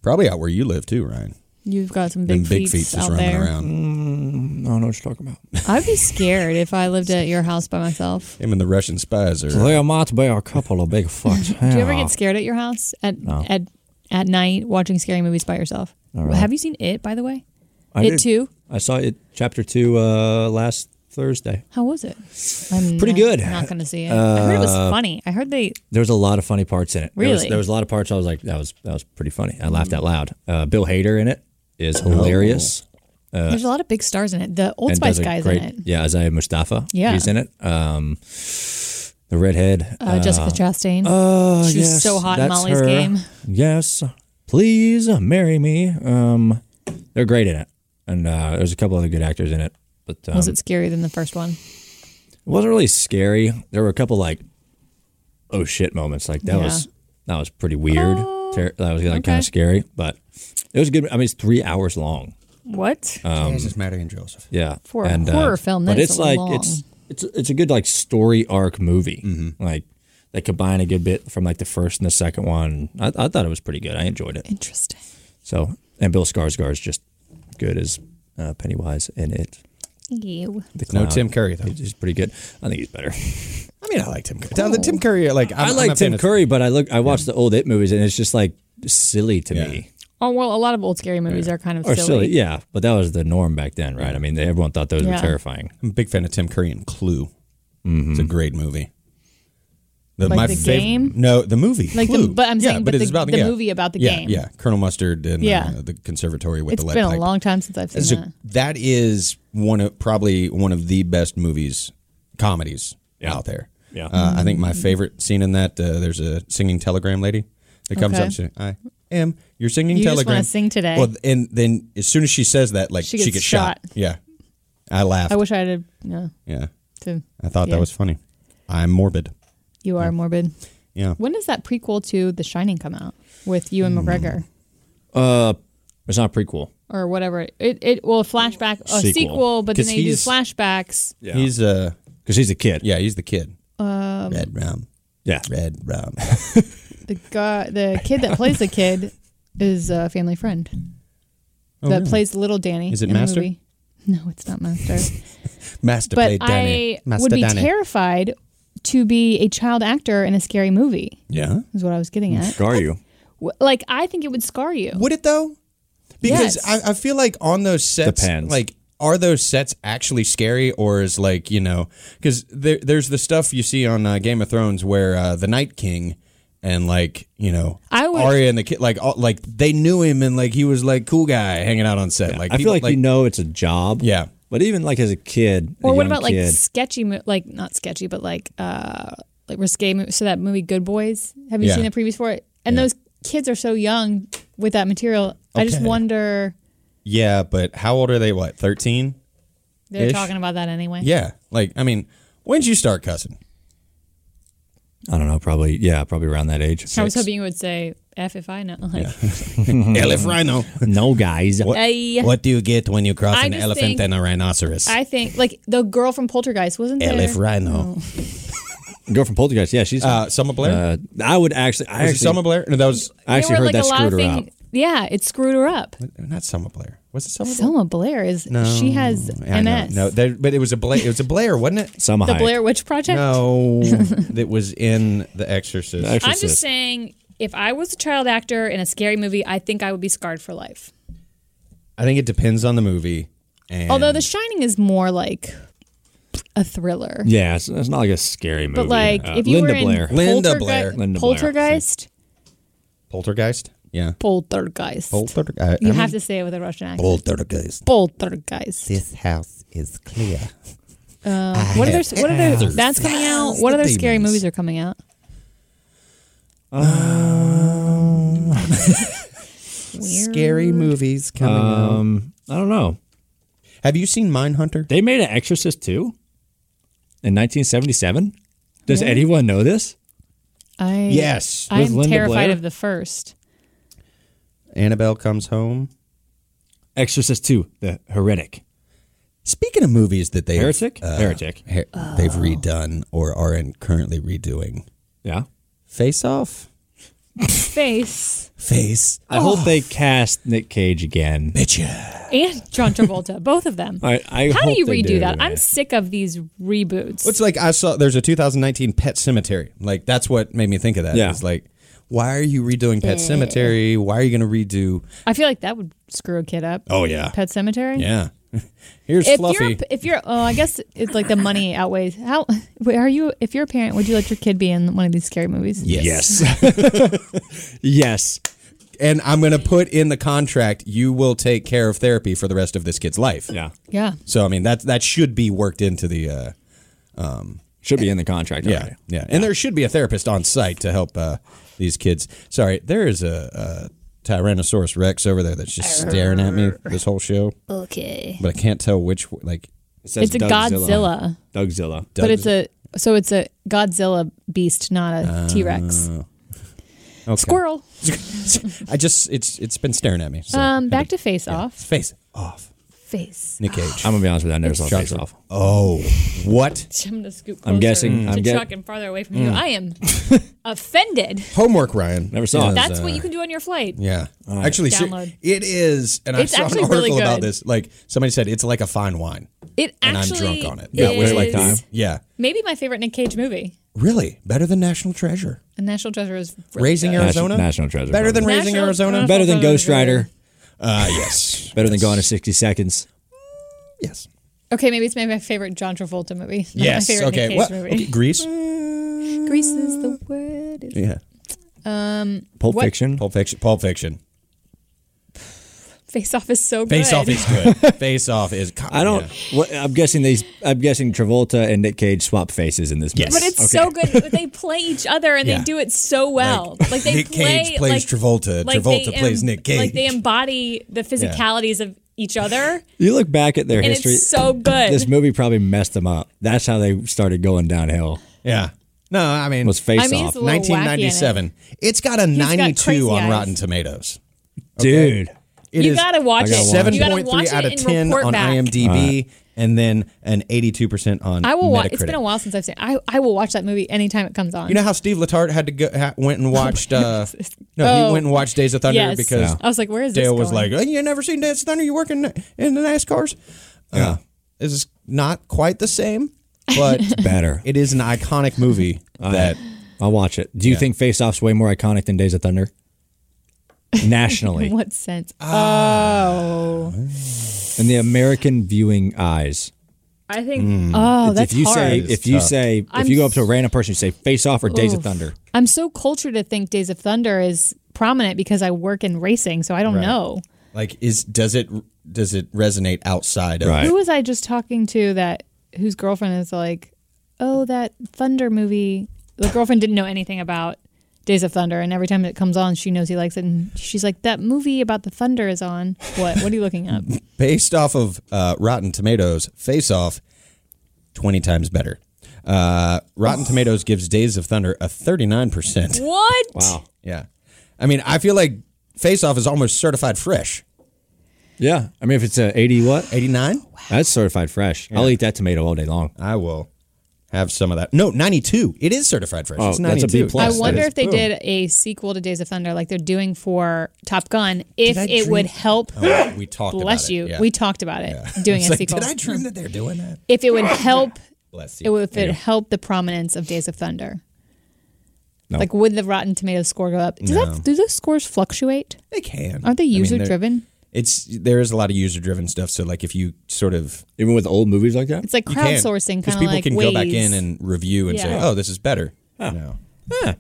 S4: probably out where you live too, Ryan.
S3: You've got some
S4: Them
S3: big,
S4: big
S3: feet
S4: feet just
S3: out
S4: running
S3: there.
S4: around.
S2: I don't know what you're talking about.
S3: I'd be scared if I lived at your house by myself.
S4: Him and the Russian spies are.
S2: There might be a couple of big fucks.
S3: Do you ever get scared at your house at at at night watching scary movies by yourself? Have you seen it by the way?
S2: I
S3: it
S2: did-
S3: too.
S2: I saw it chapter two uh, last Thursday.
S3: How was it? I'm
S2: Pretty
S3: not-
S2: good.
S3: Not going to see it. I heard it was funny. I heard they.
S2: There was a lot of funny parts in it. There was-
S3: Really?
S2: there was a lot of parts I was like, that was that was pretty funny. I laughed out loud. Uh, Bill Hader in it is
S4: Oh.
S2: hilarious.
S3: there's a lot of big stars in it. The Old
S2: and
S3: Spice
S2: does a
S3: guys
S2: great-
S3: in it.
S2: Yeah, Isaiah Mustafa.
S3: Yeah.
S2: he's in it. Um, the redhead.
S3: Uh, Jessica Chastain.
S2: Uh,
S3: She was so hot in
S2: that's
S3: Molly's game.
S2: Yes, please marry me. Um, they're great in it, and uh, there's a couple other good actors in it. But um,
S3: was it scarier than the first one?
S2: it wasn't really scary. There were a couple like, oh shit moments. Like that
S3: Yeah. Oh,
S2: was that was pretty weird. Ter- that was like
S3: okay.
S2: kind of scary, but it was a good. I mean, it's three hours long.
S3: What?
S4: Jesus, Mary and Joseph.
S2: Yeah, uh,
S3: For a horror film, that
S2: but
S3: is
S2: it's
S3: a
S2: like
S3: long-
S2: it's it's it's a good like story arc movie.
S4: Mm-hmm.
S2: Like they combine a good bit from like the first and the second one. I, I thought it was pretty good. I enjoyed it.
S3: Interesting.
S2: So and Bill Skarsgård is just good as uh, Pennywise in it.
S3: You.
S2: The
S4: No
S2: clown.
S4: Tim Curry though.
S2: He's pretty good. I think he's better.
S4: I mean, I like Tim Curry. The Tim Curry, like I'm,
S2: i
S4: I'm
S2: like
S4: a fan
S2: Tim
S4: of-
S2: Curry, but I look I watched the old It movies and it's just like silly to
S4: Yeah.
S2: me.
S3: Oh well, a lot of old scary movies are kind of
S2: Or
S3: silly.
S2: silly. yeah. But that was the norm back then, right? I mean, they, everyone thought those
S3: Yeah.
S2: were terrifying.
S4: I'm a big fan of Tim Curry and Clue. It's a great movie.
S3: Like the
S4: favorite-
S3: game?
S4: No, the movie.
S3: Like the-
S4: Clue.
S3: but I'm saying, but the- the movie about the
S4: yeah,
S3: game.
S4: Yeah, Colonel Mustard and
S3: Yeah.
S4: uh, the conservatory with
S3: It's
S4: the lead
S3: been
S4: pipe.
S3: a long time since I've seen
S4: That's a-
S3: that.
S4: that is one of probably one of the best movies, comedies
S2: Yeah.
S4: out there.
S2: Yeah.
S4: Uh, I think my
S3: Mm-hmm.
S4: favorite scene in that uh, there's a singing telegram lady that comes
S3: Okay.
S4: up. She, I am your singing
S3: You just
S4: telegram.
S3: wanna sing today.
S4: Well, and then as soon as she says that, like
S3: She
S4: she
S3: gets
S4: gets, shot.
S3: shot.
S4: Yeah, I laughed.
S3: I wish I had a. No.
S4: yeah,
S3: To,
S4: I thought
S3: Yeah.
S4: that was funny. I'm morbid.
S3: you are morbid.
S4: Yeah,
S3: When does that prequel to The Shining come out with Ewan McGregor
S2: It's not a prequel.
S3: or whatever? It it well flashback a sequel,
S2: Sequel.
S3: but then
S4: 'Cause
S3: they do
S4: he's-
S3: flashbacks.
S2: Yeah.
S4: he's uh
S2: Because he's a kid.
S4: yeah he's the kid.
S3: Um,
S4: red rum,
S2: Yeah.
S4: red rum.
S3: The guy, the kid that plays the kid, is a family friend that plays little Danny.
S4: Oh, Is it
S3: in the
S4: Master?
S3: movie. No, it's not master.
S4: Master
S3: but
S4: played Danny.
S3: I would be terrified to be a child actor in a scary movie.
S4: Yeah.
S3: Is what I was getting at.
S2: Scar you.
S4: Mm.
S3: W- Like I think it would scar you.
S4: Would it though? Because
S3: Yes.
S4: I, I feel like on those sets,
S2: Depends.
S4: like are those sets actually scary, or is like you know, because there, there's the stuff you see on uh, Game of Thrones where uh, the Night King and like you know,
S3: I would-
S4: Arya and the kid, like all, like they knew him and like he was like cool guy hanging out on set. like
S2: I feel
S4: people-
S2: like, you know it's a job.
S4: Yeah.
S2: But even like as a kid, a
S3: Or what
S2: young
S3: about like
S2: kid,
S3: sketchy, mo- like not sketchy, but like uh like risque? Mo- so that movie Good Boys. Have you
S4: Yeah.
S3: seen the previews for it? And those kids are so young with that material. I just
S4: Okay.
S3: wonder
S4: yeah, but how old are they? What thirteen?
S3: they're
S4: Ish.
S3: talking about that anyway.
S4: Yeah, like I mean, when'd you start cussing?
S2: I don't know, probably yeah, probably around that age.
S3: I was hoping you would say F if I know. Like,
S4: Elef rhino.
S2: no guys.
S4: What,
S3: Ay.
S4: Mm-hmm. what do you get when you cross
S3: I
S4: an
S3: just
S4: elephant
S3: think-
S4: and a rhinoceros?
S3: I think like the girl from Poltergeist wasn't there.
S4: Elef rhino.
S2: Girl from Poltergeist. Yeah, she's.
S4: Uh,
S2: Uh,
S4: Summer Blair.
S2: I would actually. I
S4: was
S2: actually,
S4: it Summer Blair? No, that was
S2: I actually
S3: There were,
S2: heard that screwed her up. oh,
S3: Yeah, it screwed her up.
S4: not Summer Blair. Was it Summer?
S3: Selma Blair is she has
S4: Blair? I know.
S3: MS.
S4: No, there- but it was a Blair. It was a Blair, wasn't it?
S2: Selma
S3: the
S2: Hayek.
S3: Blair Witch Project.
S4: No, that was in The Exorcist.
S2: The
S3: I'm just
S2: Exorcist.
S3: saying, if I was a child actor in a scary movie, I think I would be scarred for life.
S4: I think it depends on the movie. And
S3: Although The Shining is more like a thriller.
S2: Yeah, it's, it's not like a scary movie.
S3: But like,
S2: Uh,
S3: if you
S2: Linda
S3: were
S2: Blair.
S3: in
S4: Linda
S3: Poltergei-
S4: Blair.
S2: Linda Blair, I think.
S3: Poltergeist,
S4: Poltergeist. Yeah.
S3: Poltergeist,
S4: Poltergeist.
S3: You have to say it with a Russian accent.
S4: Poltergeist.
S3: Poltergeist.
S4: This house is clear.
S3: What are their, what are their, that's coming out? What other scary
S4: demons.
S3: movies are coming out?
S2: Um,
S3: Weird.
S4: Scary movies coming out.
S2: I don't know.
S4: Um, Have you seen Mindhunter?
S2: They made an Exorcist too. In 1977. Does anyone know this?
S3: I
S4: Yes.
S2: With
S3: I'm
S2: Linda
S3: terrified
S2: Blair?
S3: of the first.
S4: Annabelle comes home.
S2: Exorcist 2, The Heretic.
S4: Speaking of movies that they
S2: Heretic? Heretic.
S4: he- they've
S3: Oh.
S4: redone or are in currently redoing,
S2: Yeah.
S4: Face Off,
S3: Face
S4: Face,
S2: I
S3: Oh.
S2: hope they cast Nick Cage again.
S4: Bitcha.
S3: and John Travolta, both of them.
S2: I, I
S3: How do
S2: hope
S3: you
S2: they
S3: redo
S2: do,
S3: that? I'm
S2: man.
S3: sick of these reboots.
S4: It's like I saw there's a 2019 Pet Cemetery. Like that's what made me think of that.
S2: Yeah.
S4: It's like, why are you redoing Pet Cemetery? Why are you going to redo?
S3: I feel like that would screw a kid up.
S4: Oh yeah,
S3: Pet Cemetery.
S4: yeah. Here's
S3: If
S4: Fluffy.
S3: you're a- if you're oh I guess it's like the money outweighs how wait, are you if you're a parent would you let your kid be in one of these scary movies?
S2: Yes. yes.
S4: and I'm going to put in the contract. You will take care of therapy for the rest of this kid's life.
S2: Yeah.
S3: Yeah.
S4: So I mean that that should be worked into the. Uh,
S2: Should be in the contract.
S4: Yeah,
S2: already.
S4: yeah, and there should be a therapist on site to help uh, these kids. Sorry, there is a, a Tyrannosaurus Rex over there that's just staring at me this whole show,
S3: Okay.
S4: but I can't tell which. Like,
S2: It says
S3: It's a Godzilla.
S2: Dougzilla.
S3: But it's a so it's a Godzilla beast, not a T Rex.
S4: Oh. okay.
S3: Squirrel.
S4: I just it's it's been staring at me. So.
S3: Um, back to face off.
S4: face off,
S3: Face.
S4: Nick Cage.
S2: I'm gonna be honest with you. I never saw
S4: John
S2: Face Off.
S4: oh, what
S3: I'm gonna scoop.
S2: I'm
S3: closer
S2: guessing-
S3: to
S2: I'm get-
S3: Chuck and farther away from you.
S4: Hmm.
S3: I am offended.
S4: homework, Ryan?
S2: Never saw it.
S3: That's what you can do on your flight.
S4: uh, Yeah, actually, ser-
S3: Download.
S4: it is, and I
S3: It's
S4: saw an
S3: actually
S4: article
S3: really
S4: about
S3: good.
S4: this. Like somebody said, it's like a fine wine,
S3: It
S4: and
S3: actually
S4: I'm drunk on it.
S2: Yeah, it was
S3: is
S2: like time.
S4: Yeah,
S3: Maybe my favorite Nick Cage movie.
S4: really, better than National Treasure.
S3: And National Treasure is really
S4: Raising
S3: good.
S4: Arizona,
S2: National Treasure,
S4: better than
S3: probably.
S4: Raising
S3: National-
S4: Arizona.
S3: National-
S2: Better than Ghost Rider.
S4: Uh, yes,
S2: Better than Gone in 60 Seconds.
S4: yes,
S3: Okay, maybe it's maybe my favorite John Travolta movie. Not
S4: yes.
S3: My favorite
S4: okay,
S3: Nick Cage
S4: what?
S3: movie.
S4: Okay, Grease.
S3: Mm. Grease is the word. It's
S4: Yeah,
S2: Pulp
S3: Um, What-
S2: Fiction.
S4: Pulp Fiction. Pulp Fiction.
S3: Face Off is so good.
S4: Face Off is good. Face Off is. co-
S2: I don't.
S4: yeah.
S2: What, I'm guessing these. I'm guessing Travolta and Nick Cage swap faces in this. Movie.
S4: Yes.
S3: But it's so good. But they play each other and
S4: Yeah.
S3: they do it so well. Like, they
S4: Nick
S3: play,
S4: Cage plays
S3: like,
S4: Travolta.
S3: like
S4: Travolta
S3: they em-
S4: plays Nick Cage.
S3: Like they embody the physicalities of each other,
S2: You look back at their
S3: and
S2: history.
S3: it's so good.
S2: this movie probably messed them up. That's how they started going downhill.
S4: yeah. No, I mean,
S2: Was Face
S3: I mean,
S2: Off,
S3: it's a little wacky in it.
S4: 1997. It's got a
S3: got
S4: 92
S3: crazy
S4: on
S3: eyes.
S4: Rotten Tomatoes.
S2: dude.
S4: It
S3: you
S4: is
S3: gotta
S2: I
S3: watch it.
S2: got one.
S3: You gotta watch
S4: 7.3
S3: it
S4: out of
S3: and
S4: 10
S3: report
S4: on
S3: back.
S4: IMDb, and then an 82% on.
S3: I will watch.
S4: Metacritic.
S3: It's been a while since I've seen. I I will watch that movie anytime it comes on.
S4: You know how Steve Letarte had to go ha, went and watched. Uh, no, he
S3: Oh.
S4: went and watched Days of Thunder
S3: yes.
S4: because
S3: I was like, where is this
S4: Dale was
S3: going?
S4: like, oh, "You never seen Days of Thunder? You work in in the NASCARs." Uh, this is not quite the same, but
S2: Better.
S4: it is an iconic movie that
S2: I'll watch it. Do you think Face Off's way more iconic than Days of Thunder? Nationally,
S4: "Ah."
S3: Oh. In what sense?
S2: in the American viewing eyes.
S3: I think.
S4: Mm.
S3: Oh,
S2: It's-
S3: that's
S2: if you
S3: hard.
S2: say
S4: That is
S2: if you
S4: tough.
S2: say if
S3: I'm
S2: you go up to a
S3: s-
S2: random person, you say Face Off or Days of
S3: Oof.
S2: Thunder.
S3: I'm so cultured to think Days of Thunder is prominent because I work in racing, so I don't know.
S4: Like, is does it does it resonate outside of
S2: Right.
S3: Who was I just talking to that whose girlfriend is like, oh, that Thunder movie? The girlfriend didn't know anything about Days of Thunder, and every time it comes on, she knows he likes it, and she's like, that movie about the thunder is on. What? What are you looking up?
S4: based off of uh, Rotten Tomatoes, Face Off, 20 times better. Uh, Rotten Tomatoes gives Days of Thunder a 39%.
S3: what?
S4: Yeah. I mean, I feel like Face Off is almost certified fresh.
S2: Yeah, I mean if it's a eighty what,
S4: 89?
S2: that's certified fresh. I'll eat that tomato all day long.
S4: I will have some of that. No, 92. It is certified fresh.
S2: Oh,
S4: it's
S2: that's a
S4: 92.
S2: B plus.
S3: I
S2: Yes, that
S3: wonder
S2: is-
S3: if they
S4: Boom.
S3: did a sequel to Days of Thunder like they're doing for Top Gun, if
S4: I
S3: it would
S4: dream-
S3: help.
S4: Oh, we talked
S3: Bless
S4: about it.
S3: you.
S4: Yeah.
S3: We talked about it doing
S4: It's
S3: a
S4: like,
S3: sequel.
S4: Did I dream that they're doing that?
S3: if it would help
S4: Bless
S3: it
S4: you.
S3: would if it help the prominence of Days of Thunder.
S2: No.
S3: Like would the Rotten Tomatoes score go up? Do that do those scores fluctuate?
S4: They can.
S3: Aren't they
S4: I mean,
S3: user
S4: they're-
S3: driven?
S4: It's there is a lot of user driven stuff. So like if you sort of
S2: Even with old movies like that.
S3: It's like
S4: You can,
S3: crowdsourcing
S4: 'cause
S3: kind of
S4: people
S3: like
S4: can
S3: ways.
S4: go back in and review and say,
S3: Yeah.
S4: "Oh, this is better." No.
S3: oh,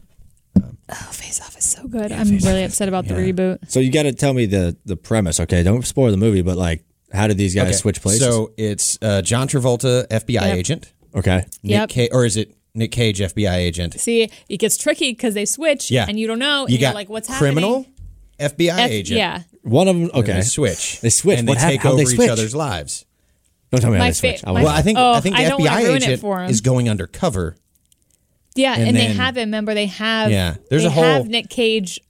S3: Face Off is so good. I'm really upset about the reboot.
S2: So you got to tell me the the premise. Okay, don't spoil the movie, but like, how did these guys
S4: Okay,
S2: switch places?
S4: So it's uh, John Travolta, FBI
S3: Yep.
S4: agent.
S2: okay,
S3: Yep.
S4: Nick Ca- or is it Nick Cage, FBI agent?
S3: See, it gets tricky because they switch
S4: Yeah.
S3: and you don't know.
S4: You
S3: and you're
S4: got
S3: like what's
S4: criminal,
S3: happening.
S4: FBI
S3: F-
S4: agent.
S3: Yeah.
S2: one of them.
S4: And
S2: Okay,
S4: They switch.
S2: They switch.
S4: And
S2: What
S4: they
S2: happened?
S4: take
S2: How'd
S4: over
S2: they
S4: each
S2: switch?
S4: other's lives.
S2: don't tell me how
S3: My
S2: they
S3: fa-
S2: switch. I
S3: my-
S2: want
S4: Well,
S2: that.
S4: I think
S3: Oh,
S4: I think the
S3: I don't wanna
S4: FBI
S3: ruin it
S4: agent
S3: for 'em.
S4: is going undercover.
S3: Yeah, and, they
S4: then-
S3: have him. Remember, they have
S4: Yeah, there's
S3: they
S4: a whole-
S3: have Nick Cage.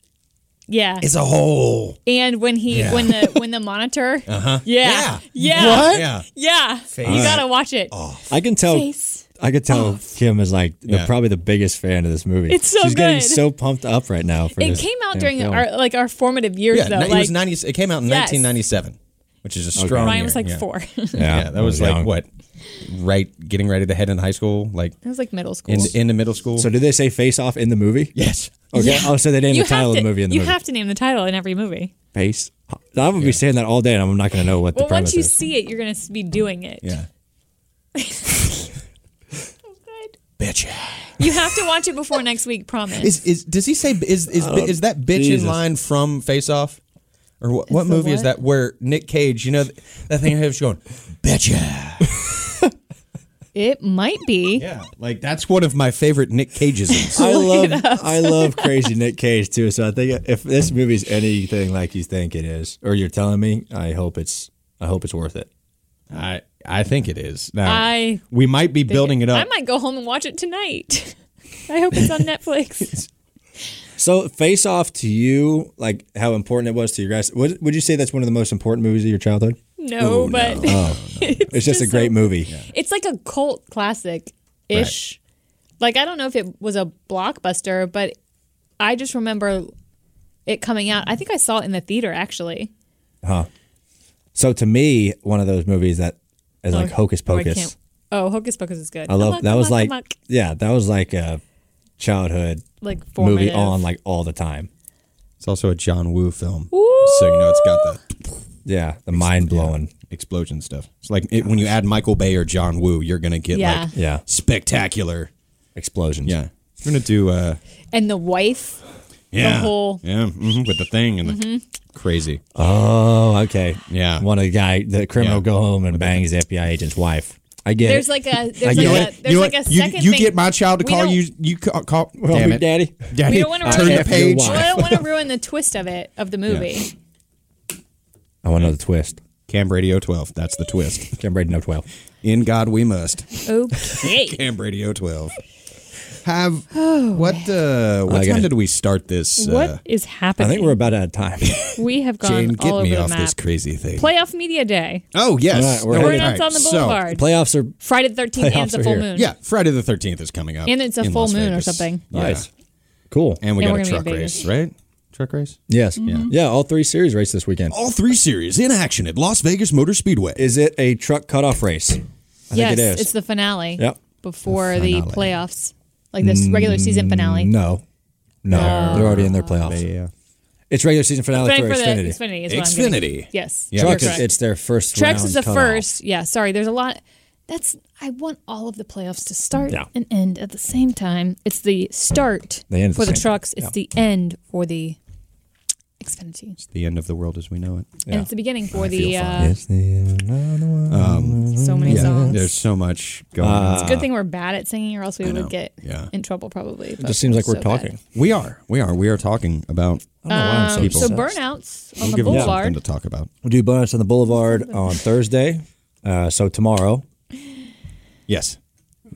S3: Yeah,
S4: It's a whole
S3: and when he
S4: Yeah. Uh-huh.
S3: when the when the monitor. Uh huh. Yeah.
S4: Yeah.
S3: Yeah.
S2: What?
S4: yeah.
S3: Yeah. You gotta watch it.
S2: I can tell.
S3: Face
S2: I could tell Kim is like the,
S4: Yeah.
S2: probably the biggest fan of this movie.
S3: It's so
S2: She's getting
S3: good.
S2: so pumped up right now. For
S3: It
S2: this
S3: came out
S2: damn
S3: during
S2: film.
S3: our like our formative years
S4: Yeah,
S3: though.
S4: ni- it
S3: like
S4: was ninety. It came out in
S3: Yes.
S4: 1997, which is a strong.
S3: Ryan
S4: year.
S3: was like
S4: Yeah.
S3: four. it
S2: yeah,
S4: Yeah, that was
S2: I
S4: like
S2: young.
S4: what, right? Getting ready to head in high school, like
S3: was like middle school.
S4: in into middle school.
S2: So did they say Face Off in the movie?
S4: yes,
S2: Okay. Oh, so they named the title
S3: have
S2: of
S3: to,
S2: the movie in the
S3: you
S2: movie.
S3: have to name the title in every movie.
S2: Face. Off. I would be saying that all day, and I'm not going to know what
S3: Well,
S2: the premise
S3: once you
S2: is.
S3: see it, you're gonna be doing it.
S4: yeah,
S3: Good.
S4: bitch.
S3: You have to watch it before next week. Promise.
S4: Is is does he say is is is that bitch
S2: Jesus.
S4: in line from Face Off? Or what, what
S3: the
S4: movie is
S3: what?
S4: that where Nick Cage, you know, that thing where he's going, betcha.
S3: it might be.
S4: Yeah, like that's one of my favorite Nick Cageisms.
S2: I love I love crazy Nick Cage too. So I think if this movie's anything like you think it is, or you're telling me, I hope it's I hope it's worth it.
S4: I I think it is. Now,
S3: I
S4: we might be building it
S3: I
S4: up.
S3: might go home and watch it tonight. I hope it's on Netflix.
S2: So face off to you, like how important it was to you guys. Would, would you say that's one of the most important movies of your childhood?
S3: No, but
S2: It's, just, a
S3: just
S2: great
S3: a-
S2: movie.
S3: It's like a cult classic ish. Like I don't know if it was a blockbuster, but I just remember it coming out. I think I saw it in the theater actually.
S2: So to me, one of those movies that is like
S3: Oh,
S2: Hocus
S3: or I
S2: Pocus.
S3: can't- Oh, Hocus Pocus is good.
S2: I love
S3: Come
S2: that
S3: on,
S2: was
S3: come on,
S2: like
S3: come on.
S2: yeah, that was like a childhood
S3: like
S2: movie
S3: formative.
S2: on like all the time.
S4: It's also a John Woo film. So you know it's got the
S2: Yeah, the mind blowing.
S4: explosion stuff. It's like it, when you add Michael Bay or John Woo, you're going to get
S3: Yeah.
S4: like
S2: Yeah,
S4: spectacular.
S2: explosions.
S4: Yeah. We're going to do uh
S3: and the wife.
S4: yeah.
S3: whole- Mm-hmm.
S4: Yeah, mhm, with the thing and the crazy.
S2: Oh, okay.
S4: Yeah.
S2: One of the guy, the criminal,
S4: Yeah.
S2: go home and bang his FBI agent's wife. I get
S3: There's
S2: it.
S3: like a there's
S4: You know
S3: like
S4: what?
S3: a there's
S4: You know
S3: like a
S4: what? You-
S3: second
S4: You,
S3: thing.
S4: get my child to
S3: We
S4: call
S3: don't-
S4: you. You call. call
S2: Call
S4: damn
S2: me
S4: it.
S2: daddy.
S4: Daddy,
S3: don't wanna
S4: turn
S3: ruin
S4: the
S3: it.
S4: page.
S3: Well, I don't want to ruin the twist of it of the movie.
S2: I want to know the twist.
S4: Cam Radio 12. That's the twist.
S2: Jim Brady, no twelve.
S4: In God we must.
S3: Okay.
S4: Cam Radio 12. Have what? Uh, what
S2: I got
S4: time
S2: it.
S4: did we start this? Uh,
S3: Oh, what is
S2: I
S3: happening?
S2: think we're about out of time.
S3: we have gone
S4: Jane, get
S3: all over
S4: me
S3: the
S4: off
S3: map.
S4: this crazy thing.
S3: Playoff Media Day.
S4: oh yes,
S2: All right, we're
S4: All
S2: headed-
S4: right,
S3: Donuts on the
S4: so,
S3: Boulevard.
S2: Playoffs are
S3: Friday the thirteenth and
S2: Playoffs
S3: it's a
S2: are
S3: full
S2: here.
S3: moon.
S4: yeah, Friday the Thirteenth is coming up,
S3: And it's a
S4: in
S3: full
S4: Las
S3: moon or
S4: Vegas.
S3: something.
S4: Yeah.
S2: nice. Cool.
S4: and we
S3: And
S4: got
S3: we're
S4: a
S3: gonna
S4: truck
S3: be in Vegas.
S4: race, right? Truck race.
S2: Yes.
S3: Mm-hmm.
S2: Yeah. yeah. All three series race this weekend.
S4: All three series in action at Las Vegas Motor Speedway.
S2: Is it a truck cutoff race? I
S3: yes,
S2: think it is.
S3: it's the finale.
S2: Yep. Mm,
S3: Before the, playoffs, like this regular season finale.
S2: no. No, they're already in their playoffs.
S4: yeah.
S2: It's regular season finale
S3: Thank
S2: for,
S3: for the
S2: Xfinity.
S3: Xfinity is what I'm getting.
S6: Xfinity.
S3: Yes.
S2: Yeah,
S3: you're
S2: because
S3: correct.
S2: it's their first.
S3: Trex
S2: round
S3: is the
S2: cutoff.
S3: first. Yeah, sorry. There's a lot. That's I want all of the playoffs to start
S2: Yeah.
S3: and end at the same time. It's the start
S2: They end at
S3: for
S2: the
S3: the
S2: same
S3: trucks.
S2: time.
S3: It's the end for the Xfinity,
S4: The end of the world as we know it.
S2: Yeah.
S3: and it's the beginning for the.
S2: Feel
S3: Uh,
S2: fine. It's the end of the world.
S3: so many songs.
S4: There's so much going
S3: it's
S2: Uh,
S3: a
S4: on.
S3: good thing we're bad at singing, or else we would get
S4: Yeah.
S3: in trouble probably.
S2: It just seems like we're talking.
S4: We are. We are. We are talking about.
S2: I don't know why I'm
S3: Um, so
S2: obsessed.
S3: burnouts on
S4: We'll
S3: the
S4: give them something
S3: boulevard.
S4: to talk about.
S2: We'll do Burnouts on the Boulevard on Thursday. Uh, so tomorrow.
S4: Yes.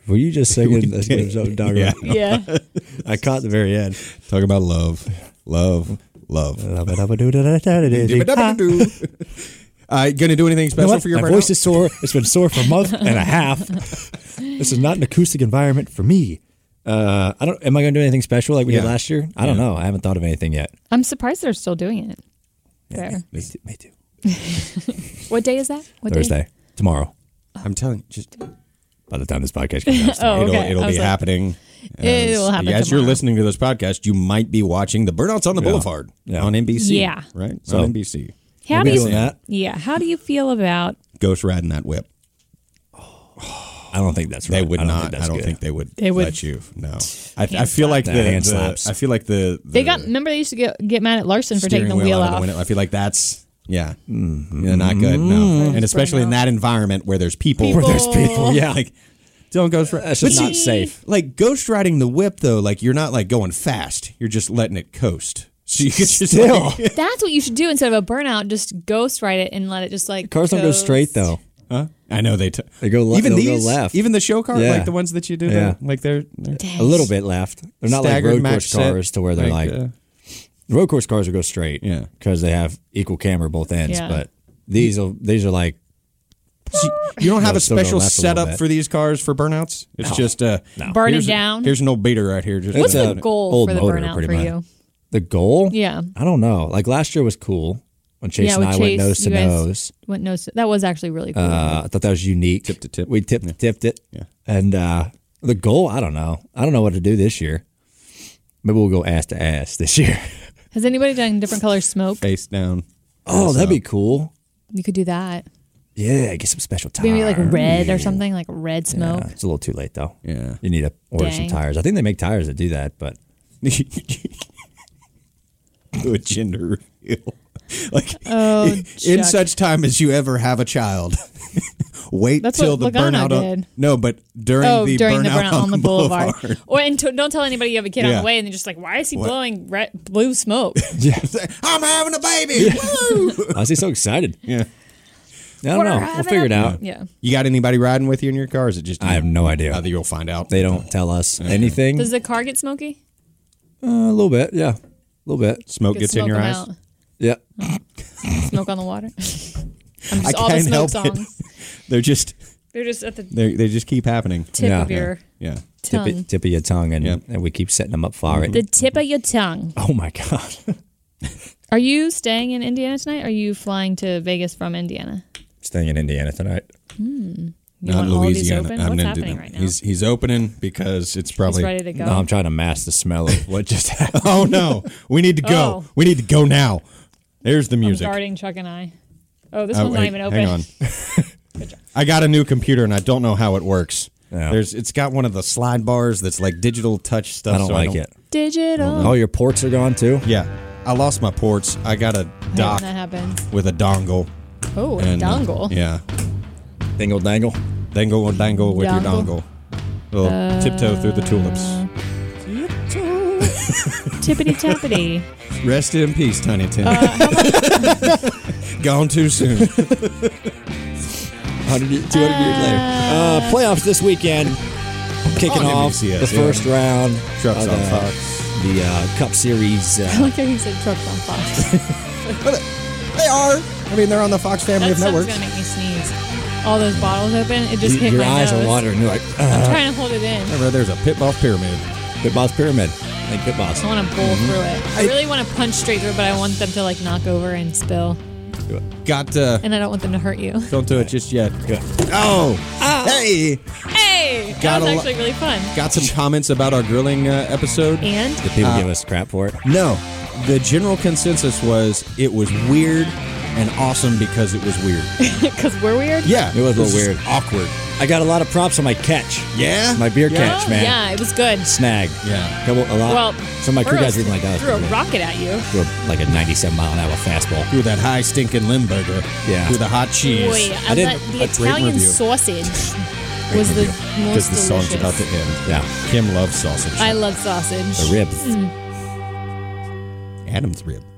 S2: Were you just singing? That's what I'm talking
S4: Yeah.
S2: about.
S3: Yeah,
S2: I caught the very end.
S4: Talk about love. Love. Love.
S2: uh, gonna
S4: uh, gonna do anything special for your
S2: My
S4: burnout?
S2: voice is sore. It's been sore for a month and a half. This is not an acoustic environment for me. Uh, I don't. Am I gonna do anything special like we did
S4: Yeah.
S2: last year? I don't know. I haven't thought of anything yet.
S3: I'm surprised they're still doing it. There.
S2: Me too. Me too.
S3: What day is that? What day?
S2: Thursday, tomorrow.
S4: I'm telling you, just
S2: By the time this podcast comes out,
S3: Oh,
S4: it'll,
S3: okay.
S4: it'll
S3: I
S4: be
S3: was like,
S4: happening.
S3: It'll happen
S4: As you're
S3: tomorrow.
S4: listening to this podcast, you might be watching the Burnouts on the Boulevard
S2: Yeah.
S4: on NBC.
S3: Yeah.
S4: Right?
S2: So-
S4: on NBC.
S3: How
S2: we'll
S3: do
S2: be
S3: you?
S2: doing that.
S3: Yeah. How do you feel about
S4: Ghost riding that whip.
S2: I don't think that's right.
S4: They would
S2: I don't
S4: not.
S2: Think that's
S4: I don't
S2: good.
S4: think they would,
S3: They would-
S4: let you. No. I, I feel like the,
S2: Nah, hand
S4: the-
S2: slaps.
S4: I feel like the, the
S3: They got. Remember, they used to get, get mad at Larson for taking
S4: steering
S3: the wheel,
S4: out of the
S3: off.
S4: window. I feel like that's yeah,
S2: Mm-hmm.
S4: yeah, not good. No, and especially in that environment where there's people,
S3: Where there's Mm-hmm. people.
S4: yeah, like don't ghost. ri-
S2: That's
S4: But
S2: just not
S4: see,
S2: safe.
S4: Like ghost riding the whip though, like you're not like going fast. You're just letting it coast. So you could just
S2: Still.
S4: like-
S3: That's what you should do instead of a burnout. Just ghost ride it and let it just like
S2: Cars don't go
S3: coast.
S2: straight though.
S4: Huh? I know they. T-
S2: They go le-
S4: even
S2: they'll
S4: these
S2: go left.
S4: Even the show car,
S2: Yeah.
S4: like the ones that you do.
S2: Yeah.
S4: the- like they're, they're
S2: A little bit left. They're not like
S4: staggered
S2: road
S4: match
S2: course
S4: set,
S2: cars to where they're like,
S4: uh,
S2: road course cars will go straight.
S4: Yeah.
S2: because they have equal camber both ends.
S3: Yeah.
S2: But these will these are like
S4: So you don't
S2: No,
S4: have a
S2: it's still gonna
S4: special
S2: last a little
S4: setup
S2: bit.
S4: for these cars for burnouts. It's just uh,
S3: Burn it
S4: here's a-
S3: down?
S4: here's an old beater right here. Just
S3: What's
S4: uh,
S3: the goal
S2: old
S3: for the
S2: motor,
S3: burnout
S2: pretty
S3: for
S2: much.
S3: you?
S2: the goal.
S3: Yeah.
S2: I don't know. Like last year was cool when Chase
S3: yeah,
S2: and
S3: with
S2: I
S3: Chase,
S2: went nose to
S3: you guys
S2: nose.
S3: Went nose. To, that was actually really cool.
S2: Uh, I thought that was unique. Tip
S4: to tip.
S2: We tipped tipped it. Yeah. And uh, the goal, I don't know. I don't know what to do this year. Maybe we'll go ass to ass this year.
S3: Has anybody done different color smoke?
S4: face down.
S2: Oh, that'd be cool.
S3: You could do that.
S2: Yeah, get some special tires.
S3: Maybe like red or something, like red smoke.
S2: Yeah, it's a little too late though.
S4: Yeah.
S2: you need to order some
S3: Dang.
S2: tires. I think they make tires that do that, but
S4: Do a gender reveal. Like
S3: Oh,
S4: in
S3: Chuck.
S4: such time as you ever have a child. Wait
S3: That's
S4: till the
S3: what Logano
S4: burnout.
S3: did.
S4: On, no, but during
S3: Oh,
S4: the
S3: during
S4: burnout
S3: the burnout on the boulevard.
S4: boulevard.
S3: Or and to, don't tell anybody you have a kid on
S4: Yeah.
S3: the way, and they're just like, "Why is he blowing red, blue smoke?"
S4: I'm having a baby. Woo!
S2: I was so excited.
S4: Yeah.
S2: I don't know. We'll figure it out.
S3: yeah.
S4: You got anybody riding with you in your car? or Is it just
S2: I have no idea.
S4: Either you'll find out.
S2: They don't tell us anything.
S3: Does the car get smoky?
S2: Uh, a little bit, yeah, a little bit,
S4: smoke gets in
S3: smoke
S4: your
S3: 'em
S4: eyes.
S3: out.
S2: yeah.
S3: Smoke on the water. I'm just
S4: I
S3: all the
S4: can't
S3: smoke
S4: help it.
S3: songs.
S4: They're just
S3: They're just at the
S4: they they just keep happening.
S3: tip
S2: Yeah.
S3: of your
S4: Yeah.
S2: Tip,
S3: tongue.
S2: it, tip of your tongue, and,
S4: Yeah.
S2: and we keep setting them up for it.
S3: The tip of your tongue.
S2: Oh my god,
S3: Are you staying in Indiana tonight? Or are you flying to Vegas from Indiana?
S2: staying in Indiana tonight.
S3: You want all of these open? What's happening right now?
S4: He's he's opening because it's probably
S3: He's ready to go.
S2: No, I'm trying to mask the smell of what just happened.
S4: Oh no, we need to go.
S3: Oh.
S4: We need to go now. There's the
S3: I'm
S4: music.
S3: guarding Chuck and I. Oh, this
S4: Oh,
S3: one's not
S4: wait,
S3: even open.
S4: Hang on. I got a new computer and I don't know how it works.
S2: Yeah.
S4: There's it's got one of the slide bars that's like digital touch stuff.
S2: I don't
S4: so
S2: like it.
S3: Digital.
S4: Oh,
S2: All your ports are gone too.
S4: Yeah, I lost my ports. I got a
S3: I hate when
S4: dock
S3: that happens.
S4: with a dongle.
S3: Oh, a
S4: and, uh,
S3: dongle.
S4: yeah,
S2: Dingle dangle.
S4: dangle will dangle with your
S3: Dongle. Uh,
S4: dongle. Little tiptoe through the tulips.
S3: Tippity tappity.
S4: Rest in peace, Tiny
S3: Uh,
S4: Tim. Gone too soon.
S2: 100, ye- 200 years later. Uh, playoffs this weekend, kicking
S4: On
S2: off
S4: NBCS,
S2: the
S4: yeah.
S2: first round.
S4: Trucks
S2: of
S4: on
S2: the,
S4: Fox.
S2: The uh, Cup Series.
S3: I
S2: Uh,
S3: like how you said truck on Fox.
S4: They are. I mean, they're on the Fox family
S3: That
S4: of
S3: stuff's
S4: networks.
S3: gonna make me sneeze. All those bottles open, it just
S2: y-
S3: hit
S2: your
S3: my
S2: eyes
S3: nose.
S2: are watering. You're like, uh,
S3: I'm trying to hold it in.
S4: Remember, there's a pit boss pyramid.
S2: Pit Boss Pyramid. Thank Pit Boss.
S3: I want to bowl through it. I,
S4: I-
S3: really want to punch straight through, it, but I want them to like knock over and spill,
S4: Got uh,
S3: and I don't want them to hurt you.
S4: don't do it just yet.
S2: Good.
S4: Oh, hey,
S3: Hey, that
S4: Gotta
S3: was
S4: lo-
S3: actually really fun.
S4: got some comments about our grilling uh, episode.
S3: And
S2: Did people give us crap for it?
S4: No, the general consensus was it was weird and awesome because it was weird.
S3: Because we're weird.
S4: Yeah,
S2: It was a little
S4: this is
S2: weird.
S4: awkward.
S2: I got a lot of props on my catch.
S4: Yeah?
S2: My beer
S4: Yeah.
S2: catch, man.
S3: Oh, Yeah, it was good.
S2: Snag.
S4: Yeah.
S2: Couple, a lot.
S3: Well,
S2: so my crew
S3: Burrows
S2: guys didn't like "Oh, that.
S3: Threw a rocket at you.
S2: Threw a- like a 97 mile an hour fastball.
S4: Through that high stinking Limburger.
S2: Yeah.
S4: Through the hot cheese.
S3: Boy, I,
S2: I did
S3: let the
S4: a great
S3: Italian
S4: review.
S3: sausage was the
S4: Because
S3: most
S4: the song's
S3: delicious.
S4: about to end.
S2: Yeah.
S4: Kim loves sausage.
S3: Hmm. I love sausage.
S2: The rib.
S4: Adam's rib.